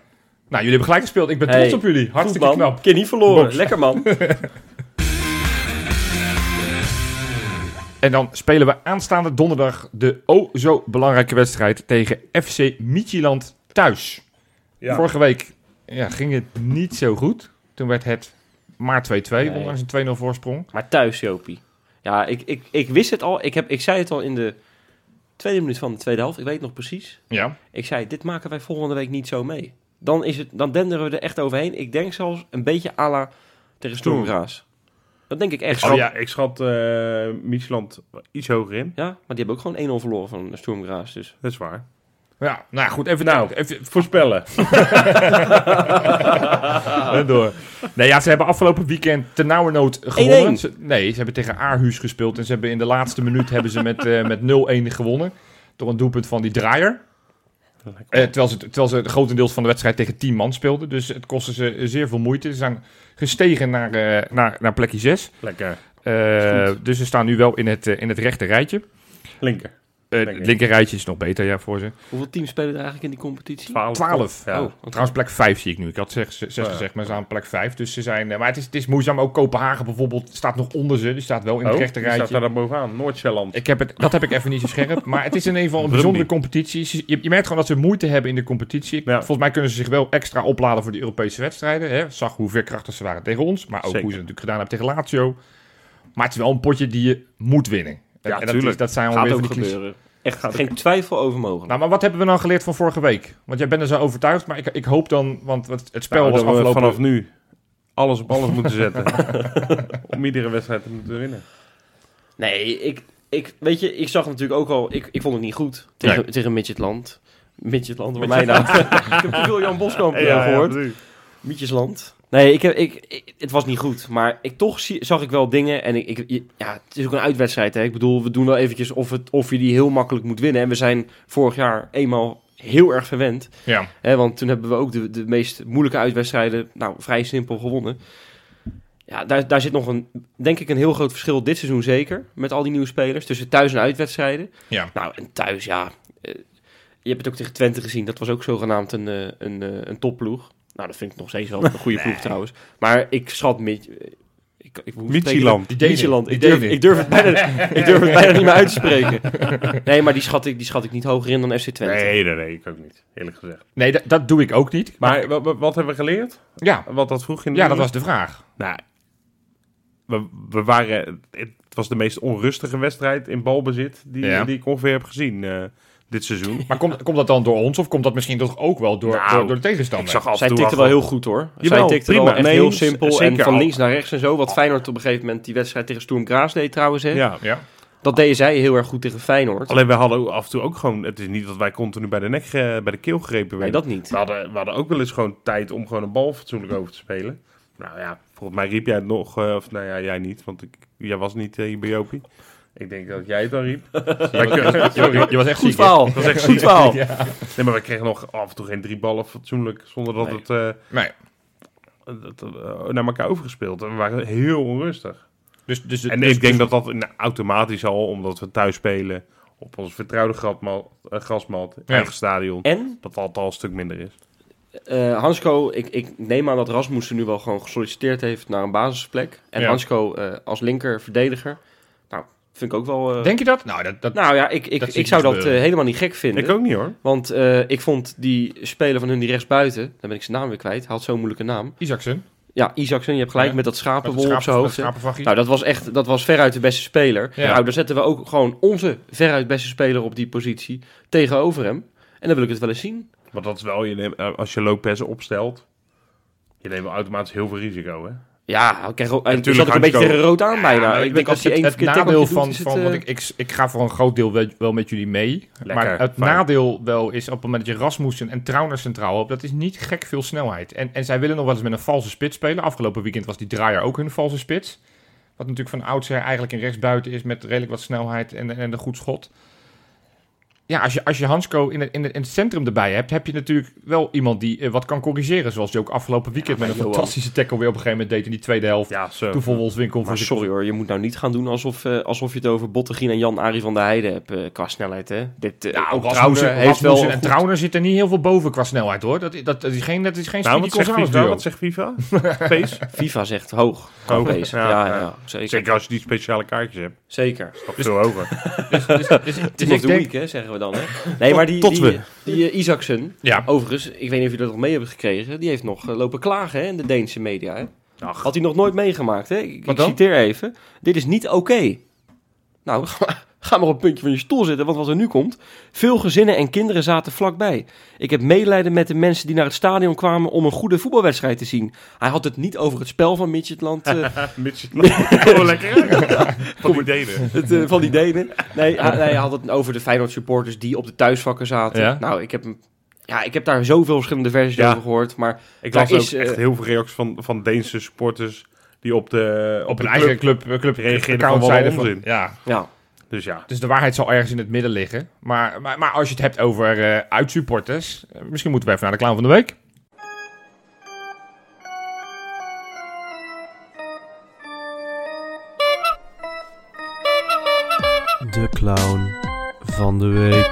S2: jullie hebben gelijk gespeeld. Ik ben
S3: Hey,
S2: trots op jullie. Hartstikke
S3: Goed, man.
S2: knap.
S3: Keer niet verloren.
S2: Box. *laughs*
S3: Lekker man.
S2: En dan spelen we aanstaande donderdag de o zo belangrijke wedstrijd tegen FC Michieland thuis.
S1: Ja.
S2: Vorige week ja, ging het niet zo goed. Toen werd het maar 2-2, ondanks een 2-0 voorsprong.
S3: Maar thuis, Jopie. Ja, ik, ik, ik wist het al. Ik, heb, ik zei het al in de tweede minuut van de tweede helft. Ik weet het nog precies.
S2: Ja.
S3: Ik zei, dit maken wij volgende week niet zo mee. Dan, is het, dan denderen we er echt overheen. Ik denk zelfs een beetje à la tegen Stormgraas. Dat denk ik echt.
S1: Oh ja, ik schat eh Micheland iets hoger in.
S3: Ja, maar die hebben ook gewoon 1-0 verloren van de Stormgraas. Dus.
S1: Dat is waar.
S2: Ja, nou goed, even,
S1: Nou.
S2: even *laughs*
S1: Voorspellen.
S2: eh, door. Nee, ja, ze hebben afgelopen weekend ten nauwernood gewonnen.
S3: 1-1.
S2: Ze- nee, ze hebben tegen Aarhus gespeeld en ze hebben in de laatste minuut hebben ze met, eh, met 0-1 gewonnen. Door een doelpunt van die draaier. Eh, terwijl, ze, terwijl ze grotendeels van de wedstrijd tegen 10 man speelden. Dus het kostte ze zeer veel moeite. Ze zijn gestegen naar, eh, naar, naar plekje 6.
S1: Lekker.
S2: dus ze staan nu wel in het, eh, in het rechte rijtje.
S1: Linker.
S2: Eh,
S1: Denk
S2: het
S1: ik.
S2: linker rijtje is nog beter ja, voor ze.
S3: Hoeveel teams spelen er eigenlijk in die competitie?
S1: 12.
S2: 12.
S1: Ja. Oh,
S3: Oh.
S2: Trouwens, plek 5 zie ik nu. Ik had 6
S1: ja.
S2: gezegd, maar ze staan plek 5. Dus ze zijn, eh, maar het is, het is moeizaam. Ook Kopenhagen bijvoorbeeld staat nog onder ze. Die staat wel in het
S1: Oh,
S2: rechte
S1: die staat daar
S2: rijtje.
S1: dan bovenaan. Noord-Zeeland.
S2: Ik heb het, dat heb ik even niet zo
S1: *laughs*
S2: scherp. Maar het is in ieder geval een bijzondere competitie. Ze- Je, je merkt gewoon dat ze moeite hebben in de competitie. Ik-
S1: Ja.
S2: Volgens mij kunnen ze zich wel extra opladen voor de Europese wedstrijden. Hè. Zag hoe veerkrachtig ze waren tegen ons. Maar ook
S1: Zeker.
S2: hoe ze het natuurlijk gedaan hebben tegen Lazio. Maar het is wel een potje die je moet winnen.
S1: Ja,
S2: en dat, is,
S1: tuurlijk.
S2: dat zijn
S3: Gaat
S2: alweer van
S3: ook
S2: die clichés.
S3: gebeuren. Echt geen twijfel over mogelijk.
S2: Nou, maar wat hebben we nou geleerd van vorige week? Want jij bent er zo overtuigd, maar ik, ik hoop dan... Want het het spel
S1: Nou,
S2: was
S1: dat we
S2: afgelopen...
S1: vanaf nu alles op alles moeten zetten. *laughs* om iedere wedstrijd te moeten winnen.
S3: Nee, ik, ik, weet je, ik zag natuurlijk ook al, ik, ik vond het niet goed tegen,
S2: Nee.
S3: tegen Midgetland. Midgetland, voor mij nou. *laughs* ik heb veel Jan Boskamp eh, gehoord. Mietjesland. Nee, ik heb, ik, ik- het was niet goed, maar ik, toch zie, zag ik wel dingen en ik, ik, je- ja, het is ook een uitwedstrijd. Hè? Ik bedoel, we doen wel eventjes of, het, of je die heel makkelijk moet winnen. En we zijn vorig jaar eenmaal heel erg verwend.
S2: Ja.
S3: Hè, want toen hebben we ook de, de meest moeilijke uitwedstrijden, nou, vrij simpel gewonnen. Ja, daar, daar zit nog een, denk ik, een heel groot verschil dit seizoen zeker. Met al die nieuwe spelers tussen thuis en uitwedstrijden.
S2: Ja.
S3: Nou, en thuis, ja. eh, je hebt het ook tegen Twente gezien. Dat was ook zogenaamd een, eh, een, eh, een topploeg. Nou, dat vind ik nog steeds wel een
S1: *laughs*
S3: goede ploeg trouwens. Maar ik schat Mid... eh, Ik, ik, hoe spreek je dat?
S1: Micheland.
S2: Die deden
S3: Mietjeland.
S2: het.
S3: Ik
S2: Die
S3: durf,
S2: deden
S3: ik, durf het bijna, ik durf het bijna niet meer uit te
S1: *laughs*
S3: spreken. Nee, maar die schat ik, die schat ik niet hoger in dan FC Twente.
S1: Nee, nee, nee, ik ook niet. Eerlijk gezegd.
S2: Nee, dat, dat doe ik ook niet. Maar
S1: Maar wa- wa- wat hebben we geleerd?
S2: ja,
S1: Wat dat vroeg je in de
S2: ja, dat
S1: minuut?
S2: was de vraag.
S1: Nou, we, we waren, het was de meest onrustige wedstrijd in balbezit die,
S2: Ja.
S1: die ik ongeveer heb gezien eh, dit
S3: *laughs*
S1: seizoen.
S2: Maar komt, komt dat dan door ons of komt dat misschien toch ook wel door,
S1: Nou,
S2: door, door de tegenstander?
S1: Ik zag af
S3: Zij
S1: en toe
S3: tikte wel heel goed hoor. Zij
S1: Jawel,
S3: tikte
S1: prima.
S3: wel echt
S1: Nee,
S3: heel simpel
S1: z-
S3: en
S1: zeker
S3: van
S1: al.
S3: links naar rechts en zo. Wat Feyenoord op een gegeven moment die wedstrijd tegen Sturm Graas deed trouwens. Hè?
S1: Ja.
S2: Ja.
S3: Dat deden zij heel erg goed tegen Feyenoord.
S1: Alleen we hadden ook af en toe ook gewoon, het is niet dat wij continu bij de nek, ge- bij de keel gegrepen
S3: nee,
S1: werden.
S3: dat niet.
S1: we, hadden, we hadden ook wel eens gewoon tijd om gewoon een bal fatsoenlijk over te spelen. Nou ja, volgens mij riep jij het nog, eh, of nou ja, jij niet, want ik, jij was niet eh, hier bij Jopie. Ik denk dat jij het dan *laughs* riep.
S2: Je was, je- je- je was echt
S3: Goed
S2: ziek, hè?
S3: verhaal.
S1: Dat is echt
S3: *laughs* Goed
S1: ziek. *laughs*
S3: verhaal.
S1: Nee, maar we kregen nog af en toe geen drie ballen fatsoenlijk zonder dat
S2: Nee.
S1: het eh,
S2: Nee.
S1: dat, eh, naar elkaar overgespeeld. En we waren heel onrustig.
S2: Dus, dus,
S1: En
S2: dus-
S1: ik denk dat dat in- automatisch al, omdat we thuis spelen op ons vertrouwde grasmat, eh, grasmat
S2: Ja.
S1: eigen stadion,
S3: En
S1: dat dat al een stuk minder is.
S3: eh, Hansco, ik, ik neem aan dat Rasmussen nu wel gewoon gesolliciteerd heeft naar een basisplek. En
S2: Ja.
S3: Hansco eh, als linker verdediger. Nou, vind ik ook wel... eh,
S2: Denk je dat? Nou, dat, dat,
S3: nou ja, ik, ik,
S2: Dat zie
S3: ik
S2: ik
S3: zou
S2: niet
S3: dat eh,
S2: gebeuren.
S3: helemaal niet gek vinden.
S1: Ik ook niet hoor.
S3: Want eh, ik vond die speler van hun die rechtsbuiten, dan ben ik zijn naam weer kwijt, had zo'n moeilijke naam.
S2: Isaacson.
S3: Ja, Isaacson, je hebt gelijk
S2: Ja.
S3: met dat
S2: Met
S3: schapenwol
S2: het
S3: op zijn hoofd. hè.
S2: schapenvachje.
S3: Nou, dat was echt, dat was veruit de beste speler.
S2: Ja.
S3: Nou, daar zetten we ook gewoon onze veruit beste speler op die positie tegenover hem. En dan wil ik het wel eens zien.
S1: Want dat is wel, je neemt, eh, als je Lopez opstelt, je neemt wel automatisch heel veel risico. Hè?
S3: Ja, hij kreeg ook- hij
S1: Natuurlijk,
S3: zat ook een beetje
S1: Hansco.
S3: tegen rood aan
S2: Ja,
S3: bijna.
S2: maar
S3: ik denk als
S2: dat
S3: hij één
S2: het, het
S3: verkeerd
S2: nadeel
S3: tackeltje doet,
S2: van,
S3: is het,
S2: van
S3: eh,
S2: want ik, ik, ik ga voor een groot deel wel, wel met jullie mee.
S1: Lekker,
S2: maar het
S1: fijn.
S2: nadeel wel is op het moment dat je Rasmussen en Trauner centraal hebt, dat is niet gek veel snelheid. En, en zij willen nog wel eens met een valse spits spelen. Afgelopen weekend was die draaier ook hun valse spits. Wat natuurlijk van oudsher eigenlijk een rechtsbuiten is met redelijk wat snelheid en, en een goed schot. Ja, als je, als je Hansco in het, in, het, in het centrum erbij hebt, heb je natuurlijk wel iemand die eh, wat kan corrigeren. Zoals je ook afgelopen weekend met een
S3: Johan.
S2: fantastische tackle weer op een gegeven moment deed in die tweede helft.
S1: Ja, zo.
S2: Toen Van Wolfswinkel
S3: Maar
S2: voor zijn
S3: sorry hoor, je moet nou niet gaan doen alsof, eh, alsof je het over Bottegien en Jan-Arie van der Heijden hebt eh, qua snelheid. Hè? Dit, eh, ook
S2: Rasmussen-
S3: Trauner heeft
S2: Rasmussen
S3: wel... een
S2: en
S3: goed-
S2: Trauner zit er niet heel veel boven qua snelheid hoor. Dat, dat, dat is geen, dat is geen
S1: Nou, wat
S2: Speedy
S1: zegt
S2: Gonzales
S1: FIFA?
S2: duo.
S1: Wat zegt FIFA? *laughs* Pees?
S3: FIFA zegt hoog.
S1: Hoog,
S3: Hoog. Ja,
S1: ja,
S3: ja,
S1: ja.
S3: zeker.
S1: Zeker als je die speciale kaartjes hebt.
S3: zeker.
S1: Dat is toch veel hoger.
S2: Dus, dus, dus-
S1: *laughs*
S2: dus
S3: Team
S2: ik
S3: of the
S2: denk-
S3: week, hè, zeggen we dan. Hè? *laughs* Nee, maar die,
S1: tot
S3: die,
S1: we.
S3: die, eh, Isaacson,
S2: Ja,
S3: overigens, ik weet niet of jullie dat nog mee hebben gekregen, die heeft nog eh, lopen klagen hè, in de Deense media. Hè?
S1: Ach,
S3: Had hij nog nooit meegemaakt. Hè? Ik,
S2: Wat
S3: ik
S2: dan?
S3: citeer even. Dit is niet oké. Nou, *laughs* ga maar op het puntje van je stoel zitten, want wat er nu komt. Veel gezinnen en kinderen zaten vlakbij. Ik heb medelijden met de mensen die naar het stadion kwamen om een goede voetbalwedstrijd te zien. Hij had het niet over het spel van Midgetland. eh, *laughs*
S1: Mitch, *laughs* gewoon lekker. Wat die deden.
S3: het, eh, van die deden. Nee, hij, nee, hij had het over de Feyenoord supporters die op de thuisvakken zaten.
S2: Ja.
S3: Nou, ik heb, hem- ja, ik heb daar zoveel verschillende versies
S1: Ja.
S3: over gehoord. Maar
S1: Ik
S3: Daar
S1: las ook
S3: is, eh,
S1: echt heel veel reacties van, van Deense supporters die op de,
S2: op een eigen club, club, club
S1: reageerde
S2: account
S1: van wat
S2: zeiden van-
S1: onzin.
S2: Ja,
S3: ja,
S1: Dus ja,
S2: dus de waarheid zal ergens in het midden liggen. Maar, maar, maar als je het hebt over eh, uitsupporters, eh, misschien moeten we even naar de clown van de week.
S5: De clown van de week.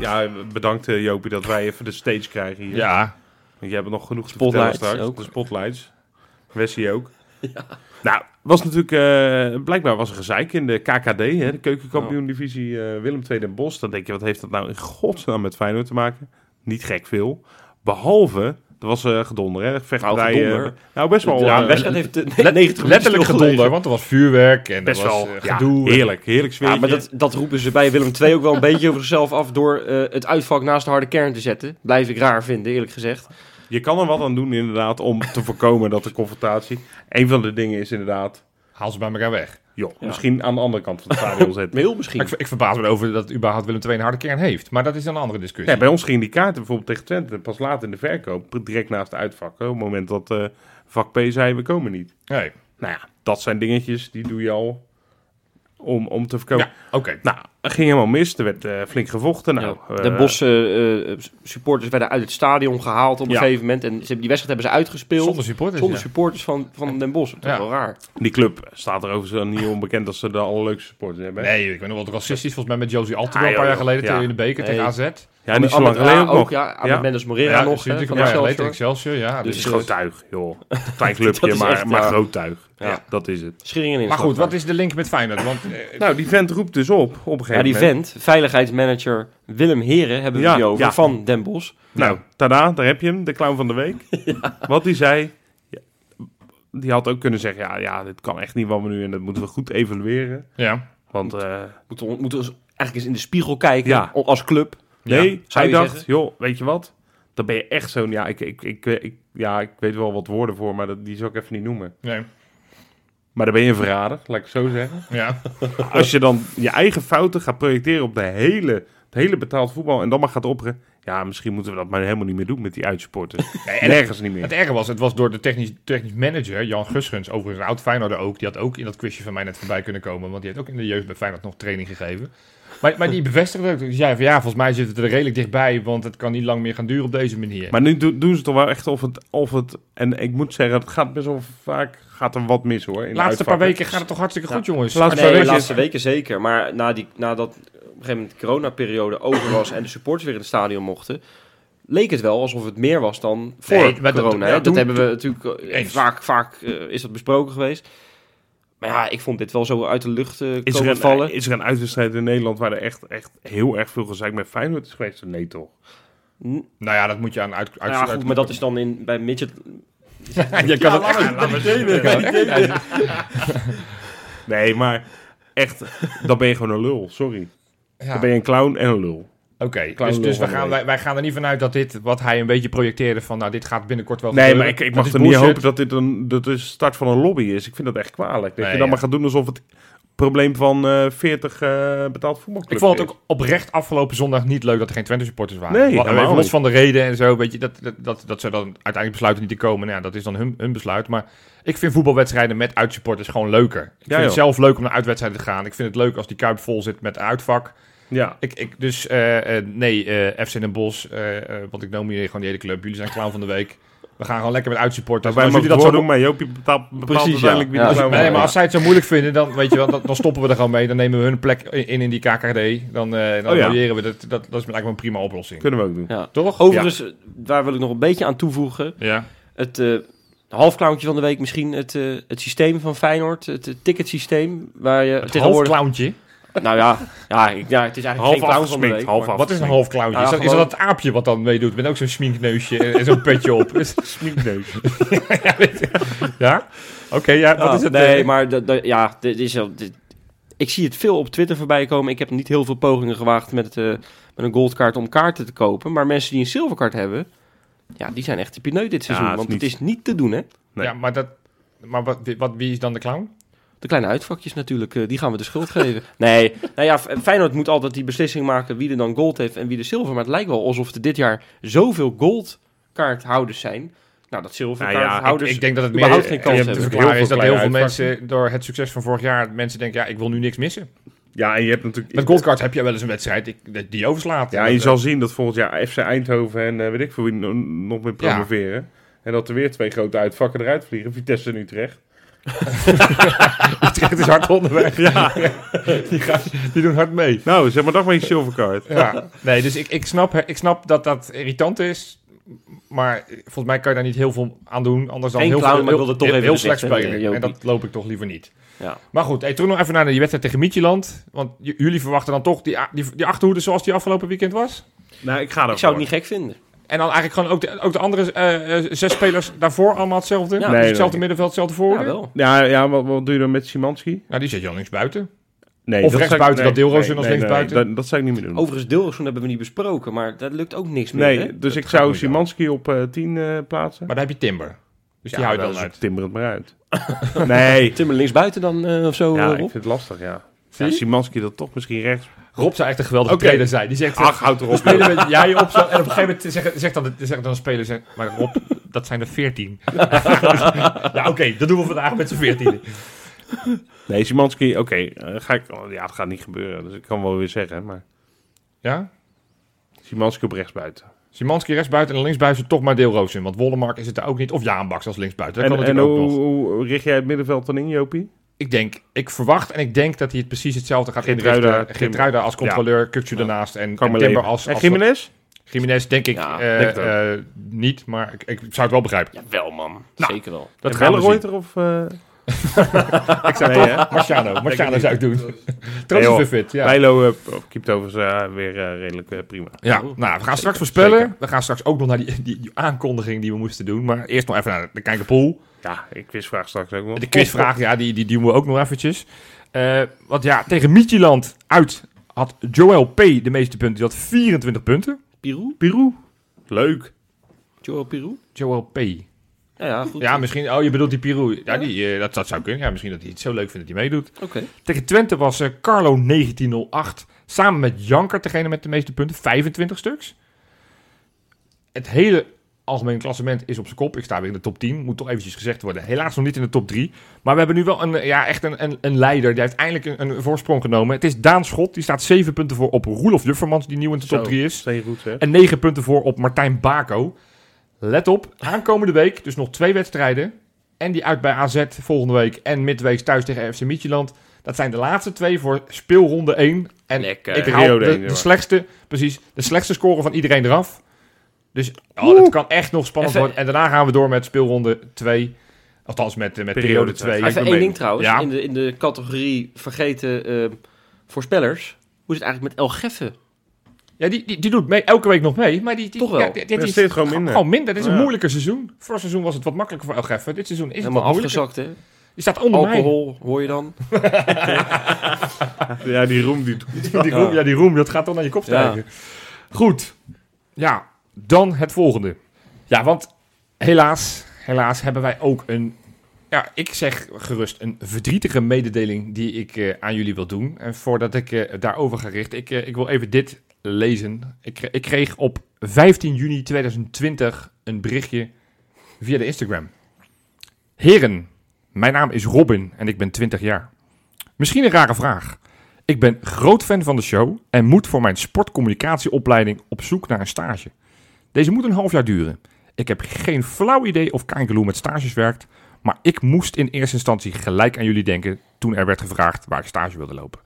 S1: ja bedankt eh, Jopie dat wij even de stage krijgen hier.
S2: Ja,
S1: Want jij hebt nog genoeg te
S3: Spotlights
S1: vertellen straks.
S3: ook.
S1: De spotlights. Wessie ook. Nou, was natuurlijk, eh, blijkbaar was er gezeik in de KKD, hè, de keukenkampioen-divisie eh, Willem II Den Bosch. Dan denk je, wat heeft dat nou in godsnaam met Feyenoord te maken? Niet gek veel. Behalve, er was eh gedonder, hè? Vechtpartijen.
S3: Nou, gedonder.
S1: nou, best wel.
S3: ja,
S1: eh,
S3: wedstrijd heeft eh, 90 minuten
S2: letterlijk
S3: stilgelegen.
S2: gedonder, want er was vuurwerk en
S1: best
S2: er was
S1: wel.
S2: eh,
S1: ja,
S2: gedoe.
S1: heerlijk, heerlijk sfeertje.
S3: Ja, maar dat, dat roepen ze bij Willem II ook wel een beetje over zichzelf af door eh, het uitvak naast de harde kern te zetten. Blijf ik raar vinden, eerlijk gezegd.
S1: Je kan er wat aan doen inderdaad om te voorkomen dat de confrontatie... Een van de dingen is inderdaad,
S2: Haal ze bij elkaar weg.
S1: joh,
S3: Ja.
S1: misschien aan de andere kant van het
S3: *laughs*
S1: stadion zetten.
S3: Mail
S2: Maar
S3: misschien.
S2: Ik, ik verbaas me over dat überhaupt Willem II een harde kern heeft. Maar dat is dan een andere discussie.
S1: Ja, bij ons gingen die kaarten bijvoorbeeld tegen Twente pas laat in de verkoop, direct naast de uitvakken. Op het moment dat eh, vak P zei, we komen niet.
S2: Nee.
S1: Nou ja, dat zijn dingetjes, die doe je al om, om te verkopen.
S2: Ja, oké.
S1: Nou, het ging helemaal mis. Er werd eh, flink gevochten. Nou,
S3: Ja,
S1: eh,
S3: de Bosse eh, eh, supporters werden uit het stadion gehaald op een
S1: Ja.
S3: gegeven moment. En ze, hebben- die wedstrijd hebben ze uitgespeeld zonder,
S2: Zonder supporters. ja.
S3: supporters van, van Den Bosch. Dat is
S2: Ja.
S3: wel raar.
S1: Die club staat er overigens niet onbekend dat ze de allerleukste supporters hebben. hè?
S2: Nee, ik ben nog wel racistisch. Volgens mij met Josie Altero
S1: Ah,
S2: een paar
S1: joh,
S2: jaar geleden
S1: joh.
S2: tegen
S1: Ja.
S2: in de beker
S3: Nee.
S2: tegen AZ. Ja,
S1: Ja, niet zo
S3: Ah,
S1: lang geleden ook nog.
S3: Ja, aan
S1: Ja.
S3: met Mendes Morera nog. hè,
S2: natuurlijk
S3: van
S2: een paar jaar geleden
S3: Excelsior.
S2: Excelsior. Ja,
S1: Het is
S2: dus,
S1: groot tuig,
S3: *laughs*
S1: joh. Klein clubje,
S3: eh, Dat is
S1: maar,
S3: echt,
S1: maar
S3: ja.
S1: groot tuig.
S3: Ja.
S1: Ja, dat is het.
S3: Scheringen in.
S2: maar goed, wat is de link met Feyenoord? Want
S1: *laughs*
S2: eh,
S1: Nou, die vent roept dus op, op een gegeven
S3: Ja, die
S1: moment.
S3: vent, veiligheidsmanager Willem Heren, hebben we
S1: Ja,
S3: het nu over,
S1: ja.
S3: van Den Bosch.
S1: Nou, tada, daar heb je hem, de clown van de
S3: *laughs*
S1: week. Wat hij zei, ja, die had ook kunnen zeggen, ja, ja, dit kan echt niet wat we nu en dat moeten we goed evalueren.
S2: ja,
S1: Want eh,
S3: Moeten we moeten we ons eigenlijk eens in de spiegel kijken
S1: Ja.
S3: o- als club.
S1: nee,
S3: zou
S1: hij
S3: je
S1: dacht,
S3: zeggen?
S1: joh, weet je wat? Dan ben je echt zo'n, ja ik, ik, ik, ik- ja, ik weet wel wat woorden voor, maar dat, die zal ik even niet noemen.
S2: nee,
S1: Maar dan ben je een verrader, laat ik het zo
S3: *laughs*
S1: zeggen.
S2: ja.
S1: Als je dan je eigen fouten gaat projecteren op de hele, het hele betaald voetbal en dan maar gaat opperen, Ja, misschien moeten we dat maar helemaal niet meer doen met die uitsporten.
S3: *laughs*
S1: Nergens niet
S2: Het
S1: meer.
S2: erge was, het was door de technisch, technisch manager, Jan Gusgens, overigens een oud Feyenoorder ook. Die had ook in dat quizje van mij net voorbij kunnen komen. Want die had ook in de jeugd bij Feyenoord nog training gegeven. Maar, maar die bevestigde ook. Die zei van ja, volgens mij zitten we er redelijk dichtbij. Want het kan niet lang meer gaan duren op deze manier.
S1: Maar nu do- doen ze toch wel echt of het, of het... En ik moet zeggen, het gaat best wel vaak... Gaat er wat mis hoor. in
S2: de
S1: de
S2: laatste paar
S1: uitvakken.
S2: weken gaat het toch hartstikke goed, jongens.
S1: Laatste
S3: Ah, nee,
S1: paar
S3: de
S1: weken
S3: laatste
S1: is-
S3: weken zeker. Maar na die, nadat op een gegeven moment de coronaperiode over was en de supporters weer in het stadion mochten, leek het wel alsof het meer was dan voor
S2: Nee, maar dat-
S3: corona. hè.
S2: ja,
S3: dat
S2: toen-
S3: hebben we natuurlijk eh,
S2: Eens.
S3: vaak, vaak eh, is dat besproken geweest. Maar ja, ik vond dit wel zo uit de lucht eh
S1: Is er,
S3: komen
S1: een,
S3: vallen.
S1: is er een uitwedstrijd in Nederland waar er echt, echt heel erg veel gezeik met Feyenoord is geweest? Nee toch?
S3: N-
S2: Nou ja, dat moet je aan uit. uit
S3: ja, goed, maar dat is dan in, bij midget...
S2: je kan het aan. laat maar
S1: *laughs*
S2: zitten.
S1: Nee, maar echt, dan ben je gewoon een lul, sorry.
S2: Ja.
S1: Dan ben je een clown en een lul.
S2: Oké,
S1: Kleine
S2: dus, dus
S1: lul
S2: wij,
S1: van
S2: gaan,
S1: de
S2: wij, wij gaan er niet vanuit dat dit, wat hij een beetje projecteerde van, nou, dit gaat binnenkort wel
S1: Nee,
S2: gebeuren.
S1: maar ik, ik
S2: Dat
S1: mag
S2: is
S1: er niet
S2: bullshit.
S1: hopen dat dit een dat de start van een lobby is. Ik vind dat echt kwalijk. Dat
S2: Nee,
S1: je dan
S2: ja.
S1: maar gaat doen alsof het probleem van eh 40 eh, betaald
S2: Ik
S1: voetbalclubs
S2: vond het
S1: is.
S2: ook oprecht afgelopen zondag niet leuk dat er geen Twente supporters waren.
S1: Nee,
S2: Wat-
S1: helemaal
S2: even los
S1: niet.
S2: van de reden en zo, weet je, dat, dat, dat, dat ze dan uiteindelijk besluiten niet te komen. Nou ja, dat is dan hun, hun besluit. Maar ik vind voetbalwedstrijden met uitsupporters gewoon leuker. Ik vind het
S1: joh.
S2: zelf leuk om naar uitwedstrijden te gaan. Ik vind het leuk als die Kuip vol zit met uitvak.
S1: Ja,
S2: Ik, ik, dus eh, eh, nee, eh, FC Den Bosch, eh, eh, want ik nomineer gewoon die hele club. Jullie zijn clown van de week. We gaan gewoon lekker met uitsupporters.
S1: wij
S2: Als
S1: mogen
S2: jullie
S1: dat
S2: dat zo
S1: zo doen,
S2: doen,
S1: maar Joopie betaalt, bepaalt
S3: Precies, ja.
S1: uiteindelijk wie
S3: Ja.
S1: de
S3: Als-
S1: clown
S2: Nee,
S1: wordt.
S2: maar als zij het zo moeilijk vinden, dan, weet je wel, dan, dan stoppen we er gewoon mee. Dan nemen we hun plek in in die KKD. Dan, eh dan
S1: Oh ja.
S2: rolleren we. Dat, dat, dat is eigenlijk wel een prima oplossing.
S1: Kunnen we ook doen.
S3: Ja.
S2: Toch?
S3: Overigens, daar wil ik nog een beetje aan toevoegen.
S2: Ja.
S3: Het eh halfklauwtje van de week misschien, het, eh, het systeem van Feyenoord, het eh, ticketsysteem, waar je
S2: Het half
S3: tegenwoordig...
S2: clowntje.
S3: Nou ja, ja, ik- ja, het is eigenlijk
S1: Half
S3: geen clown van de
S1: afgesminkt,
S3: week.
S1: half
S3: maar-
S1: af-
S2: Wat is een half clowntje?
S3: Ja,
S2: is, dat, is dat
S3: gewoon-
S2: het aapje wat dan meedoet? Met ook zo'n sminkneusje en, en zo'n
S1: *laughs*
S2: petje op. Is-
S1: Smiekneus.
S2: ja? weet- ja? Oké, ja. Wat
S3: Ja,
S2: is het?
S3: Nou, Nee,
S2: eh?
S3: maar dat- dat- ja, dit is, wel- dit- ik zie het veel op Twitter voorbij komen. Ik heb niet heel veel pogingen gewaagd met, het, eh, met een goldkaart om kaarten te kopen. Maar mensen die een zilverkaart hebben, ja, die zijn echt de pineut dit seizoen.
S1: het is
S3: want
S1: niet-
S3: het is niet te doen, hè.
S1: nee.
S2: Ja, maar dat... Maar wat, wie- wat, wie is dan de clown?
S3: De kleine uitvakjes natuurlijk, eh, die gaan we de schuld geven. *laughs* Nee, nou ja, F- Feyenoord moet altijd die beslissing maken wie er dan gold heeft en wie de zilver. Maar het lijkt wel alsof er dit jaar zoveel goldkaarthouders zijn. Nou, dat zilverkaarthouders...
S2: ik denk dat het
S3: dus überhaupt
S2: eh,
S3: geen kans
S2: eh,
S3: hebben.
S2: te
S1: Heel
S2: verklaren
S1: veel
S2: is dat heel
S1: kleine
S2: veel
S1: uitvakken.
S2: mensen door het succes van vorig jaar... mensen denken, ja, ik wil nu niks missen.
S1: Ja, en je hebt natuurlijk...
S2: Met goldcards heb je wel eens een wedstrijd ik- dat- die overslaat.
S1: Ja,
S2: Dat,
S1: je
S2: eh,
S1: zal zien dat volgend jaar FC Eindhoven en eh, weet ik veel wie no- nog meer promoveren. En dat er weer twee grote uitvakken eruit vliegen. Vitesse en Utrecht.
S2: Utrecht is hard onderweg. Ja. *laughs* die, gaan, die doen hard mee.
S1: Nou, zeg maar dat maar je zilverkaart.
S2: Ja. *laughs* Nee, dus ik, ik, snap, ik snap dat dat irritant is. Maar volgens mij kan je daar niet heel veel aan doen. Anders dan
S3: Geen
S2: heel,
S3: clown,
S2: veel,
S3: maar ik wilde het toch
S2: heel,
S3: even
S2: heel slecht
S3: gezegd hebben,
S2: spelen.
S3: Jopie.
S2: en dat loop ik toch liever niet.
S3: Ja.
S2: Maar goed, hey, terug nog even naar die wedstrijd tegen Mietjeland. Want j- jullie verwachten dan toch die, a- die, die achterhoede zoals die afgelopen weekend was?
S1: Nou, ik ga er
S3: ik zou het niet gek vinden.
S2: En dan eigenlijk gewoon ook de, ook de andere eh, eh, zes spelers daarvoor allemaal hetzelfde?
S3: Ja.
S2: Dus
S1: Nee,
S2: hetzelfde
S1: nee.
S2: middenveld, hetzelfde
S3: Ja,
S2: voordeel?
S3: wel.
S1: Ja, ja wat, wat doe je dan met Simanski?
S2: Nou, die zet je al niks buiten.
S1: Nee,
S2: Of
S1: dat
S2: rechtsbuiten,
S1: zou ik-
S2: dat Deelroos en als linksbuiten?
S1: dat, dat zou ik niet meer doen.
S3: Overigens, Dilrosun hebben we niet besproken, maar dat lukt ook niks meer. hè?
S1: nee, dus ik
S2: gaat
S1: zou
S2: moeilijk.
S1: Simanski op eh 10 eh, plaatsen.
S2: Maar daar heb je Timber. Dus die
S1: Ja,
S2: houdt
S1: dat
S2: wel
S1: is-
S2: uit.
S1: Timmer het maar uit. *laughs* nee.
S3: Timmer links buiten dan eh, of zo,
S1: Ja,
S3: eh,
S1: ik
S3: Rob?
S1: vind het lastig, ja.
S2: Zie
S1: ja
S2: je?
S1: Simanski dat toch misschien rechts.
S2: Rob zou echt een geweldige
S1: Oké.
S2: trainer zijn. Die zegt,
S1: Ach, houd
S2: we
S1: erop. joh.
S2: *laughs* spelen met jij opstaan. En op een gegeven moment zegt, zegt, dan, de- zegt dan een speler, zegt, maar Rob, dat zijn er *laughs* veertien. ja, oké, dat doen we vandaag met z'n veertien.
S1: Nee, Simanski, oké. eh, ga ik. oh, ja, dat gaat niet gebeuren. Dus ik kan wel weer zeggen. Maar
S2: Ja?
S1: Simanski op rechtsbuiten.
S2: Simanski rechtsbuiten en linksbuiten toch maar deelroos in. Want Wollemark is het daar ook niet. Of Jaan Baks als linksbuiten. Dat
S1: En,
S2: kan
S1: en
S2: natuurlijk
S1: hoe,
S2: ook nog.
S1: hoe richt jij het middenveld dan in, Jopie?
S2: Ik denk, ik verwacht en ik denk dat hij het precies hetzelfde gaat
S1: Geertruida,
S2: inrichten.
S1: Gim-
S2: Geertruida als controleur, Kukcu daarnaast en,
S1: Kan
S2: en
S1: maar
S2: Timber
S1: leven.
S2: als...
S1: En
S2: als dat-
S1: Jiménez?
S2: Jiménez denk ik,
S3: Ja,
S2: eh,
S1: denk het ook.
S2: eh, niet, maar ik, ik zou het wel begrijpen.
S3: Ja, wel man.
S2: Nou.
S3: Zeker wel.
S2: Dat
S1: en
S2: gaan we zien.
S1: Bellenrooiter of... eh
S2: *laughs* Ik zou
S1: Nee,
S2: toch
S1: hè?
S2: Marciano, Marciano zou ik doen. *laughs*
S1: Nee,
S2: Transferfit, ja.
S1: Bijlo eh, p- keept overigens eh, weer eh, redelijk eh, prima.
S2: Ja,
S3: Oh.
S2: nou, we gaan straks voorspellen.
S1: zeker.
S2: We gaan straks ook nog naar die, die, die aankondiging die we moesten doen. Maar eerst nog even naar de kijkerpool.
S1: Ja, ik quizvraag straks ook nog.
S2: De quizvraag, ja, die, die doen we ook nog eventjes. Eh, want ja, tegen Mietjeland uit had Joel P. de meeste punten. Die had 24 punten.
S3: Pirou?
S1: Peru. Leuk.
S3: Joel Pirou?
S2: Joel P.
S3: Ja, ja, goed.
S2: Ja, misschien... Oh, je bedoelt die Pirou. Ja, die, eh, dat, dat zou kunnen. Ja, misschien dat hij het zo leuk vindt dat hij meedoet.
S3: Oké.
S2: Tegen Twente was eh, Carlo 1908. Samen met Janker degene met de meeste punten. 25 stuks. het hele algemene klassement is op zijn kop. Ik sta weer in de top 10, moet toch eventjes gezegd worden. Helaas nog niet in de top 3. Maar we hebben nu wel een, eh, ja, echt een, een, een leider. Die heeft eindelijk een, een voorsprong genomen. Het is Daan Schot, die staat 7 punten voor op Roelof Juffermans, die nieuw in de top
S1: Zo,
S2: 3 is.
S1: Steen goed, zeg.
S2: En 9 punten voor op Martijn Bako. Let op, aankomende week, dus nog twee wedstrijden. En die uit bij AZ volgende week. En midweeks thuis tegen FC Midtjylland. Dat zijn de laatste twee voor speelronde 1. En
S3: Lekker.
S2: ik
S1: Rio
S2: haal
S1: de
S2: de,
S1: één,
S2: de
S1: ja.
S2: slechtste, precies, de slechtste score van iedereen eraf. Dus oh,
S3: Oeh.
S2: dat kan echt nog spannend
S3: Even-
S2: worden. En daarna gaan we door met speelronde 2. Althans, met, eh, met periode
S1: Periode twee.
S2: 2.
S1: Even
S3: Even
S1: ben
S3: één
S1: mee.
S3: ding trouwens.
S2: Ja.
S3: In, de, in de categorie vergeten eh, voorspellers. Hoe is het eigenlijk met El Geffen?
S2: Ja, die, die, die doet mee, elke week nog mee. Maar die, die,
S3: Toch wel.
S2: ja, die- die- die is
S1: Presteert gewoon minder.
S2: Gewoon minder. Dit is een
S1: Ja.
S2: moeilijker seizoen. Vorig seizoen was het wat makkelijker voor El Geffen. Dit seizoen is het
S3: Helemaal
S2: wat moeilijker.
S3: afgezakt, hè?
S2: Je staat onder mij.
S3: Alcohol, hoor je dan?
S1: Ja, die roem die
S2: *laughs* Die roem, ja, die roem, dat gaat dan naar je kop stijgen. Goed. Ja, dan het volgende. Ja, want helaas, helaas hebben wij ook een... Ja, ik zeg gerust een verdrietige mededeling die ik eh, aan jullie wil doen. En voordat ik eh, daarover ga richten, ik, eh, ik wil even dit lezen. Ik, kre- ik kreeg op 15 juni 2020 een berichtje via de Instagram. Heren, mijn naam is Robin en ik ben 20 jaar. Misschien een rare vraag, ik ben groot fan van de show en moet voor mijn sportcommunicatieopleiding op zoek naar een stage. Deze moet een half jaar duren. Ik heb geen flauw idee of Kankerloe met stages werkt, maar ik moest in eerste instantie gelijk aan jullie denken toen er werd gevraagd waar ik stage wilde lopen.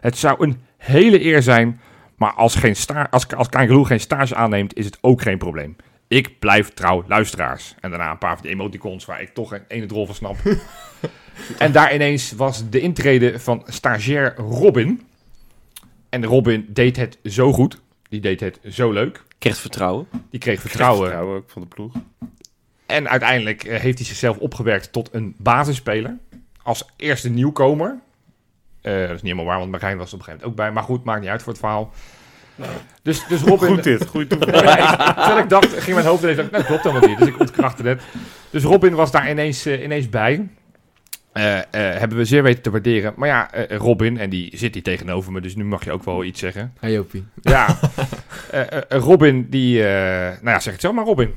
S2: Het zou een hele eer zijn, maar als, geen sta- als, als Kankerloe geen stage aanneemt, is het ook geen probleem. Ik blijf trouw luisteraars. En daarna een paar van die emoticons waar ik toch een ene drol van snap. En daar ineens was de intrede van stagiair Robin. En Robin deed het zo goed. Die deed het zo leuk.
S3: Krijgt vertrouwen.
S2: Die kreeg vertrouwen.
S1: Trouwen ook van de ploeg.
S2: En uiteindelijk eh, heeft hij zichzelf opgewerkt tot een basisspeler. Als eerste nieuwkomer. Eh, dat is niet helemaal waar, want Marijn was er op een gegeven moment ook bij. Maar goed, maakt niet uit voor het verhaal. Dus, dus *laughs* Robin...
S1: Goed dit, goed toeval.
S2: Ja, ik- Terwijl ik dacht, ging mijn hoofd ineens... Nou, dat klopt helemaal niet. Dus ik ontkrachtte het. Dus Robin was daar ineens, eh, ineens bij. Eh, eh, hebben we zeer weten te waarderen. Maar ja, eh, Robin, en die zit hier tegenover me, dus nu mag je ook wel iets zeggen.
S5: Hey Jopie.
S2: Ja,
S5: *laughs*
S2: Eh, eh, eh, Robin, die... eh, nou ja, zeg het zelf maar, Robin.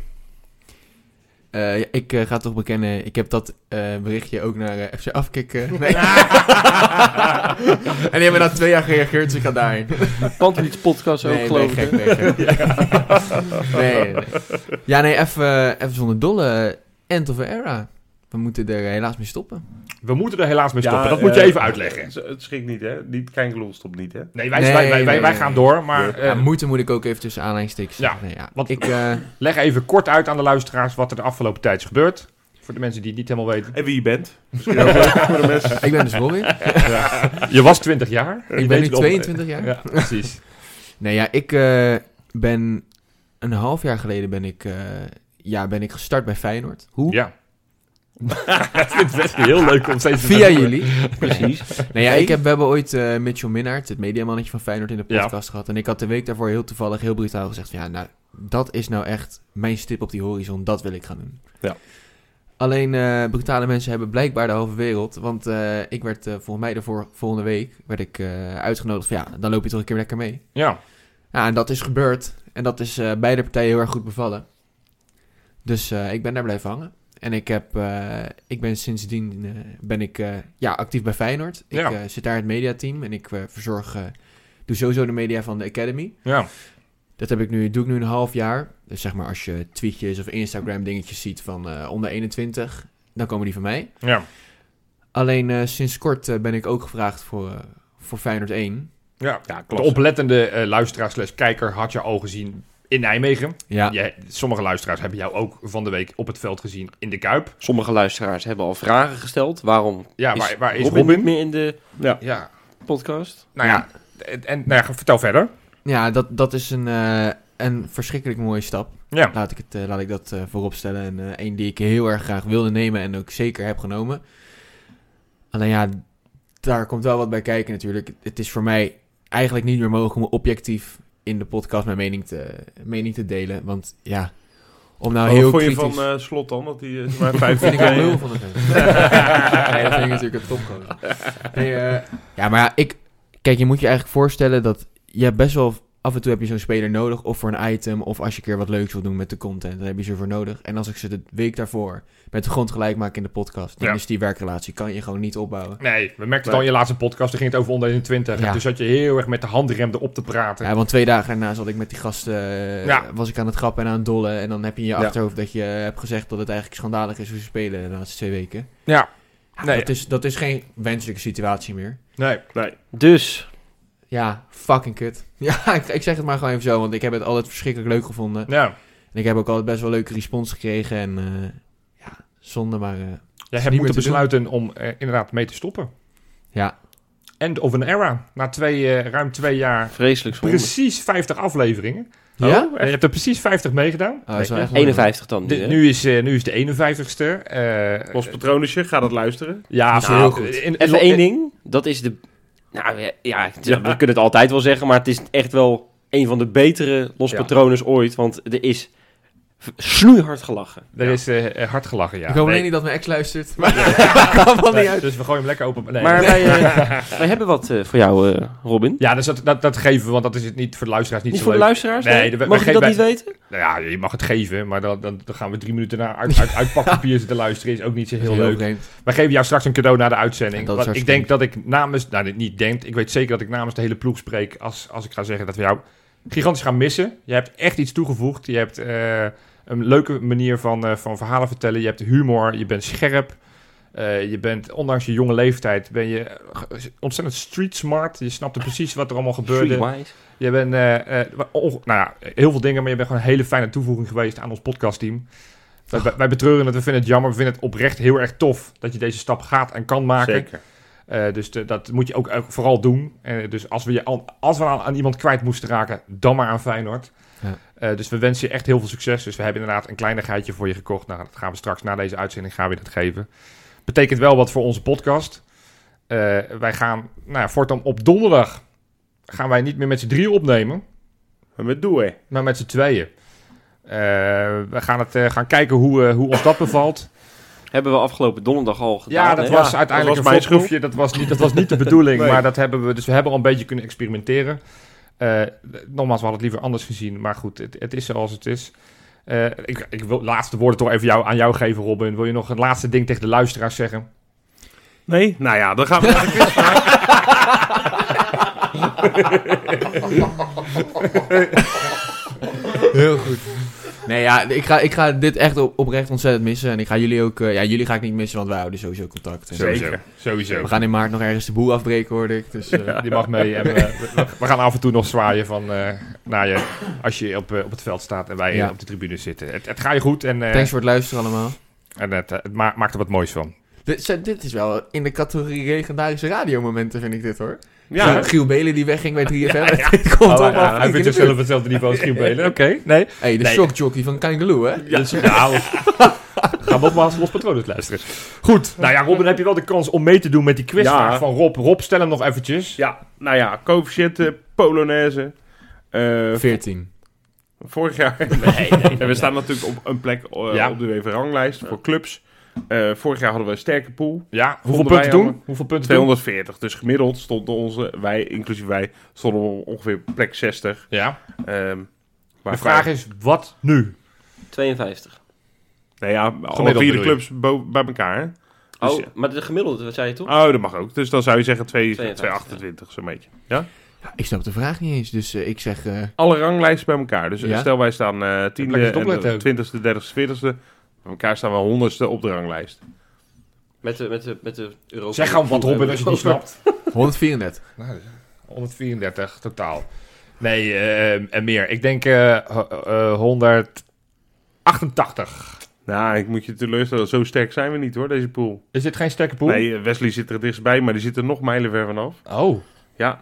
S5: Eh, ja, ik eh, ga toch bekennen, ik heb dat eh, berichtje ook naar eh, FC
S3: *laughs*
S5: Afkik. eh, nee. en die hebben na twee jaar gereageerd, dus ik ga daarheen.
S3: Pantelits podcast ook,
S5: nee, nee,
S3: geloof ik.
S5: gek, nee, gek. nee, nee, nee. Ja, nee, even eh, even zonder dolle. End of an era. We moeten er eh, helaas mee stoppen.
S2: We moeten er helaas mee
S1: Ja,
S2: stoppen. dat moet je
S1: eh,
S2: even uitleggen.
S1: Het het schikt niet, hè? Niet Kankerloel stopt niet, hè?
S2: Nee, wij, wij,
S5: Nee,
S2: wij,
S5: nee,
S2: wij, wij
S5: nee.
S2: gaan door, maar eh,
S5: ja, moeten moet ik ook even tussen aanhalingstekens
S2: Ja,
S5: zeggen. Nee, ja.
S2: want-
S5: ik, eh,
S2: leg even kort uit aan de luisteraars wat er de afgelopen tijd is gebeurd. Voor de mensen die het niet helemaal weten.
S1: En wie je bent. Misschien ook leuk voor de mensen.
S5: ik
S2: *laughs*
S5: ben dus Robin.
S2: Je was 20 jaar. Je
S5: ik
S2: weet
S5: ben nu
S2: het nog.
S5: 22 jaar.
S2: Ja, precies.
S5: Nee, ja, ik eh, ben een half jaar geleden ben ik, eh, ja, ben ik gestart bij Feyenoord. Hoe?
S2: Ja. *laughs* Ik vind het best heel leuk om steeds te
S5: Via
S2: vernoemen.
S5: jullie. *laughs*
S3: Precies.
S5: Nee, ja, ik heb, we hebben ooit eh Mitchell Minnaert, het mediamannetje van Feyenoord, in de
S2: Ja.
S5: podcast gehad. En ik had de week daarvoor heel toevallig, heel brutaal gezegd van, ja, nou, dat is nou echt mijn stip op die horizon. Dat wil ik gaan doen.
S1: Ja.
S5: Alleen eh, brutale mensen hebben blijkbaar de halve wereld. Want eh, ik werd eh, volgens mij de voor, volgende week werd ik, eh, uitgenodigd van, ja, dan loop je toch een keer lekker mee.
S2: Ja.
S5: Ja, en dat is gebeurd. En dat is eh, beide partijen heel erg goed bevallen. Dus eh, ik ben daar blijven hangen. En ik, heb, eh, ik ben sindsdien eh, ben ik, eh, ja, actief bij Feyenoord. Ik
S2: Ja.
S5: eh, zit daar in het mediateam en ik eh, verzorg, eh, doe sowieso de media van de Academy.
S2: Ja.
S5: Dat heb ik nu, doe ik nu een half jaar. Dus zeg maar als je tweetjes of Instagram dingetjes ziet van eh, onder 21, dan komen die van mij.
S2: Ja.
S5: Alleen eh, sinds kort eh, ben ik ook gevraagd voor, eh, voor Feyenoord 1.
S2: ja.
S1: Ja,
S2: De
S1: klopt.
S2: oplettende eh luisteraar slash kijker had je al gezien in Nijmegen.
S5: Ja,
S2: Je- sommige luisteraars hebben jou ook van de week op het veld gezien in de Kuip.
S3: Sommige luisteraars hebben al vragen gesteld. Waarom
S2: Ja,
S3: is,
S2: waar, waar is
S3: Robin,
S2: Robin?
S3: niet meer in de
S2: Ja.
S3: podcast?
S2: Nou ja, en, en nou ja, vertel verder.
S5: ja dat, dat is een, eh, een verschrikkelijk mooie stap.
S2: Ja.
S5: Laat ik, het, eh, laat ik dat eh vooropstellen. En eh één die ik heel erg graag wilde nemen en ook zeker heb genomen. Alleen ja, daar komt wel wat bij kijken natuurlijk. Het is voor mij eigenlijk niet meer mogelijk om objectief in de podcast mijn mening te, mening te delen. Want ja, om nou
S1: Wat
S5: heel
S1: vond je
S5: kritisch...
S1: van eh, Slot dan? Dat
S5: *laughs*
S1: hij eh, maar
S5: Dat
S1: vijf
S5: vind ik wel lul
S1: minuten...
S5: van het *laughs* Nee, dat vind ik natuurlijk een topgozer. Nee, eh, ja, maar ja, ik... Kijk, je moet je eigenlijk voorstellen dat... Je hebt best wel af en toe heb je zo'n speler nodig. Of voor een item. Of als je een keer wat leuks wil doen met de content. Dan heb je ze voor nodig. En als ik ze de week daarvoor met de grond gelijk maak in de podcast. Dan
S2: Ja.
S5: is die werkrelatie. Kan je gewoon niet opbouwen.
S2: Nee, we merkten het al in je laatste podcast. Toen ging het over onder 21.
S5: Ja.
S2: Dus zat je heel erg met de handrem erop te praten.
S5: Ja, want twee dagen daarna zat ik met die gasten. eh,
S2: Ja.
S5: Was ik aan het grappen en aan het dollen. En dan heb je in je
S2: Ja.
S5: achterhoofd dat je hebt gezegd dat het eigenlijk schandalig is hoe ze spelen de laatste twee weken.
S2: Ja.
S5: Ja,
S2: Nee.
S5: dat, is, dat is geen wenselijke situatie meer.
S2: Nee.
S3: Dus,
S5: Ja, fucking kut. *laughs* Ja, ik, ik zeg het maar gewoon even zo, want ik heb het altijd verschrikkelijk leuk gevonden.
S2: Nou,
S5: En ik heb ook altijd best wel leuke respons gekregen. En eh, ja, zonde maar. eh,
S2: jij
S5: meer
S2: hebt moeten
S5: te
S2: besluiten om eh, inderdaad mee te stoppen.
S5: ja,
S2: End of an era. Na twee, eh, ruim twee jaar.
S3: vreselijk zonde.
S2: Precies 50 afleveringen.
S5: Ja?
S2: Oh, je hebt er precies 50 meegedaan.
S5: oh, dat is wel echt
S3: 51 dan nu,
S2: De-
S3: hè?
S2: nu, is, eh, nu is de 51ste. eh,
S1: Ons patronusje, ga dat luisteren.
S2: ja,
S5: is heel Nou, goed.
S2: in- in-
S3: Even
S2: in-
S3: één ding. Dat is de... Nou ja, ja, het- we kunnen het altijd wel zeggen, maar het is echt wel een van de betere Los
S2: Ja.
S3: Patronus ooit. Want er is v- snoeihard gelachen.
S2: Er is eh, eh, hard gelachen, ja.
S5: ik hoop alleen
S2: Nee,
S5: niet dat mijn ex luistert. *laughs* Maar dat kan wel niet
S2: nee,
S5: uit.
S2: Dus we gooien hem lekker open. Nee.
S3: Maar wij,
S2: *laughs*
S3: eh, wij hebben wat eh, voor jou, eh, Robin.
S2: ja, dus dat, dat, dat geven we, want dat is het niet voor de luisteraars niet,
S3: Niet
S2: zo
S3: voor de
S2: leuk.
S3: luisteraars?
S2: Nee,
S3: Nee,
S2: de- we-
S3: Mag
S2: we
S3: ik dat
S2: geven-
S3: niet weten?
S2: Nou ja, je mag het geven, maar dan, dan, dan gaan we drie minuten naar uit,
S5: *laughs*
S2: uit, uit pakpapier zitten luisteren. Is ook niet zo heel leuk.
S5: vreemd.
S2: Wij geven jou straks een cadeau na de uitzending.
S5: Ja, dat is
S2: Want ik
S5: hartstikke
S2: denk dat ik namens, nou dit niet denk, ik weet zeker dat ik namens de hele ploeg spreek als, als ik ga zeggen dat we jou gigantisch gaan missen. Je hebt echt iets toegevoegd. Je hebt eh, een leuke manier van, eh, van verhalen vertellen. Je hebt humor, je bent scherp. Eh, je bent, ondanks je jonge leeftijd, ben je eh, ontzettend street smart. Je snapte precies wat er allemaal gebeurde.
S3: Streetwise.
S2: Je bent eh, eh, onge- nou ja, heel veel dingen, maar je bent gewoon een hele fijne toevoeging geweest aan ons podcastteam. Wij, wij- wij betreuren het, we vinden het jammer, we vinden het oprecht heel erg tof dat je deze stap gaat en kan maken.
S1: Zeker.
S2: Eh, dus de- dat moet je ook, ook vooral doen. Eh, dus als we, je al- als we aan, aan iemand kwijt moesten raken, dan maar aan Feyenoord.
S5: Ja.
S2: Eh, dus we wensen je echt heel veel succes. Dus we hebben inderdaad een kleinigheidje voor je gekocht. Nou, dat gaan we straks na deze uitzending gaan we dat geven. Betekent wel wat voor onze podcast. Eh, wij gaan, nou ja, voortaan op donderdag gaan wij niet meer met z'n drieën opnemen,
S1: Maar met doe,
S2: maar met z'n tweeën. Eh, we gaan, het, eh, gaan kijken hoe, eh, hoe ons dat bevalt.
S3: Hebben we afgelopen donderdag al gedaan.
S2: Ja, dat
S3: hè?
S2: was
S1: Ja,
S2: uiteindelijk
S1: dat was
S2: een
S1: mijn
S2: voorproefje. Dat was niet, dat was niet de *laughs* bedoeling,
S1: Nee.
S2: maar dat hebben we. Dus we hebben al een beetje kunnen experimenteren. Eh, nogmaals, we hadden het liever anders gezien, maar goed, het, het is zoals het is. Eh, ik, ik wil laatste woorden toch even jou, aan jou geven, Robin. Wil je nog het laatste ding tegen de luisteraars zeggen?
S1: Nee? Nou ja, dan
S5: *laughs*
S1: gaan we naar de quiz.
S5: Heel goed. Nee, ja, ik ga, ik ga dit echt op, oprecht ontzettend missen. En ik ga jullie ook... eh, ja, jullie ga ik niet missen, want wij houden sowieso contact. En
S1: Zeker.
S2: Sowieso.
S5: We gaan in maart nog ergens de boel afbreken, hoorde ik. Dus,
S2: *laughs*
S5: eh,
S2: Die mag mee. En, eh, we, we gaan af en toe nog zwaaien van, eh, naar je als je op, eh, op het veld staat en wij eh,
S5: Ja.
S2: op de tribune zitten. Het, het gaat je goed en, eh,
S5: Thanks voor het luisteren allemaal.
S2: en het, eh, het ma- maakt er wat moois van.
S5: Dit, zijn- dit is wel in de categorie legendarische radiomomenten, vind ik dit hoor.
S1: Ja,
S5: Zo,
S1: hè?
S5: Giel Belen die wegging
S2: *laughs*
S5: bij 3FM. *laughs* Dit komt
S2: Oh,
S5: allemaal
S2: ja,
S5: flink
S2: hij
S5: in
S2: vindt
S5: de
S2: zichzelf
S5: buurt.
S2: hetzelfde niveau als Giel
S5: *laughs*
S2: Belen. Oké, nee.
S5: hey, de
S2: Nee.
S5: shockjockey van Kangaloo, hè?
S2: Ja. Dus, nou, *laughs* ga nogmaals los patronen luisteren. Goed, nou ja, Robin, heb je wel de kans om mee te doen met die quizvraag
S1: Ja.
S2: van Rob. Rob, stel hem nog eventjes.
S1: ja, nou ja, coëfficiënten, Polonaise. Eh
S5: 14.
S1: vorig jaar. *laughs* en we staan natuurlijk op een plek eh,
S2: Ja.
S1: op de UEFA-ranglijst voor clubs. Eh, vorig jaar hadden we een sterke pool.
S2: Ja, hoeveel
S1: Vonden
S2: punten
S1: wij
S2: doen?
S1: allemaal.
S2: Hoeveel punten
S1: 240. Dus gemiddeld stonden onze, wij, inclusief wij, stonden we ongeveer op plek 60.
S2: doen? Ja,
S1: Ehm maar
S2: de vraag is, wat nu?
S3: 52.
S1: Nou ja, alle
S2: Gemiddeld
S1: vier de
S2: bedoel
S1: clubs bo- bij elkaar. hè? Dus,
S3: Oh,
S2: eh,
S3: maar de gemiddelde, wat zei je toch?
S2: Ah.
S1: Oh, dat mag ook. Dus dan zou je zeggen 2,
S3: 52,
S1: 228, zo'n beetje.
S5: Ja, ik snap de vraag niet eens, dus eh, ik zeg... eh,
S1: Alle ranglijsten bij elkaar. Dus eh,
S5: Ja.
S1: stel wij staan eh tiende,
S2: Lekker eens opletten
S1: en,
S2: ook.
S1: 20ste, 30ste, 40ste. Bij elkaar staan we honderdste op de ranglijst.
S3: Met de, met de, met de Europa.
S2: Zeg gewoon wat, Robin, als je het niet snapt.
S5: 134.
S2: 134 totaal. Nee, eh, en meer. Ik denk eh, eh, eh, 188.
S1: Nou, ik moet je teleurstellen. Zo sterk zijn we niet hoor, deze pool.
S2: Is dit geen sterke pool?
S1: Nee, eh, Wesley zit er het dichtstbij, maar die zit er nog mijlenver vanaf.
S2: Oh,
S1: Ja.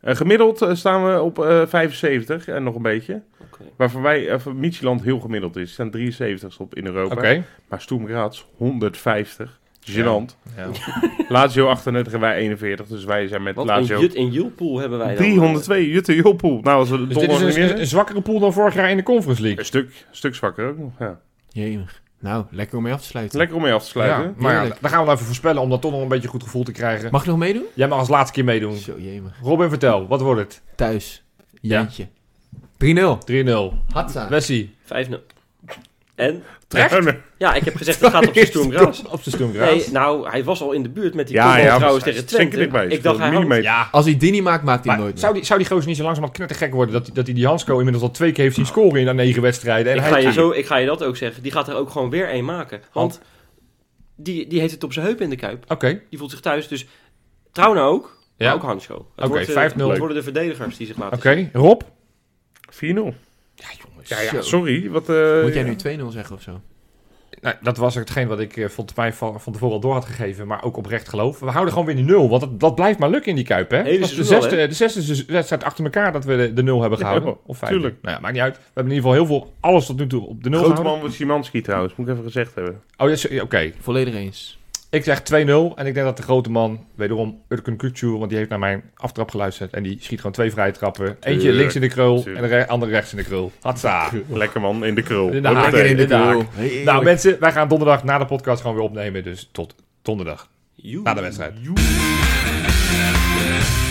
S1: Eh, gemiddeld eh, staan we op eh, 75 en nog een beetje.
S3: Oké.
S1: Waarvan wij, eh, van Michieland heel gemiddeld is. Er staan 73 op in Europa.
S2: oké.
S1: Maar Stoem Graz 150. Gênant.
S2: Ja. Dus
S1: Lazio 38 en wij 41. Dus wij zijn met
S3: Wat een
S1: Lazio
S3: Jut en Julpool hebben wij dan. eh,
S1: 302. Jutte Joppoel. Nou, als we de
S2: Dus dit
S1: dollar
S2: is een,
S1: winnen.
S2: een, een zwakkere pool dan vorig jaar in de Conference
S1: Een
S2: League.
S1: stuk, een stuk zwakker ook nog. Ja.
S5: Jemig. Nou, lekker om mee af te sluiten.
S1: Lekker om mee af te sluiten.
S2: Ja, maar ja,
S5: Heerlijk.
S2: dan gaan we wel even voorspellen om dat toch nog een beetje goed gevoel te krijgen.
S5: Mag ik nog meedoen?
S2: Jij mag als laatste keer meedoen.
S5: Zo, jemig.
S2: Robin, vertel, wat wordt het?
S5: Thuis. 1-1. Jantje. 3-0.
S2: 3-0.
S5: Hatsa.
S2: Messi.
S3: 5-0. En?
S1: Turner.
S3: Ja, ik heb
S2: *laughs*
S3: gezegd, het gaat op zijn
S5: *laughs*
S3: stoem gras.
S2: Op zijn stoem
S3: Nee, nou, hij was al in de buurt met die
S1: Ja,
S3: kopbal
S1: ja,
S3: trouwens
S1: hij
S3: tegen
S1: is
S3: Twente.
S1: stinkerdikbij.
S2: dus
S3: Ik dacht, hij had-
S1: Millimeter.
S2: Ja.
S5: Als hij die niet maakt, maakt hij
S2: Maar
S5: hem nooit
S2: zou,
S5: meer.
S2: die, zou die gozer niet zo langzamerhand knettergek worden dat hij dat die, die Hansco inmiddels al twee keer heeft zien scoren in aan negen wedstrijden? En
S3: ik,
S2: hij
S3: ga je zo, ik ga je dat ook zeggen. Die gaat er ook gewoon weer één maken. Want die, die heeft het op zijn heup in de kuip.
S2: Oké,
S3: Die voelt zich thuis. Dus trouw nou ook. maar
S2: Ja.
S3: ook Hansko.
S2: Oké, 5-0.
S3: Het worden de verdedigers die zich laten.
S2: oké. Rob?
S1: 4-0.
S2: Ja, jongens.
S1: Ja, ja,
S5: Zo.
S1: sorry. Wat, eh,
S5: Moet jij nu 2-0 zeggen of zo?
S2: Nou, dat was hetgeen wat ik eh, van, tevoren- van, van tevoren al door had gegeven, maar ook oprecht geloof. We houden gewoon weer die nul, want dat, dat blijft maar lukken in die Kuip, hè?
S3: Hele
S2: Dat is de
S3: seizoen al,
S2: zesde, de zesde se- wedstrijd achter elkaar dat we de, de nul
S3: *laughs*
S2: hebben
S1: Ja,
S2: gehouden. of vijf.
S1: tuurlijk.
S2: Nou ja, maakt niet uit. We hebben in ieder geval heel veel, alles tot nu toe op de nul
S1: Grote
S2: gehouden.
S1: man wordt Szymanski trouwens, moet ik even gezegd hebben.
S2: Oh, ja, oké.
S5: Volledig eens.
S2: Ik zeg 2-0 en ik denk dat de grote man, wederom Urkun Kukcu, want die heeft naar mijn aftrap geluisterd en die schiet gewoon twee vrije trappen. Eentje
S1: Tuurlijk.
S2: links in de krul
S1: Tuurlijk.
S2: en de re- andere rechts in de krul. Hatsa.
S1: Lekker man, in de krul.
S2: In de haak.
S1: Hoppatee.
S2: in de
S5: goal.
S2: Nou mensen, wij gaan donderdag na de podcast gewoon weer opnemen, dus tot donderdag
S3: Joe.
S2: na de wedstrijd.
S1: Joe.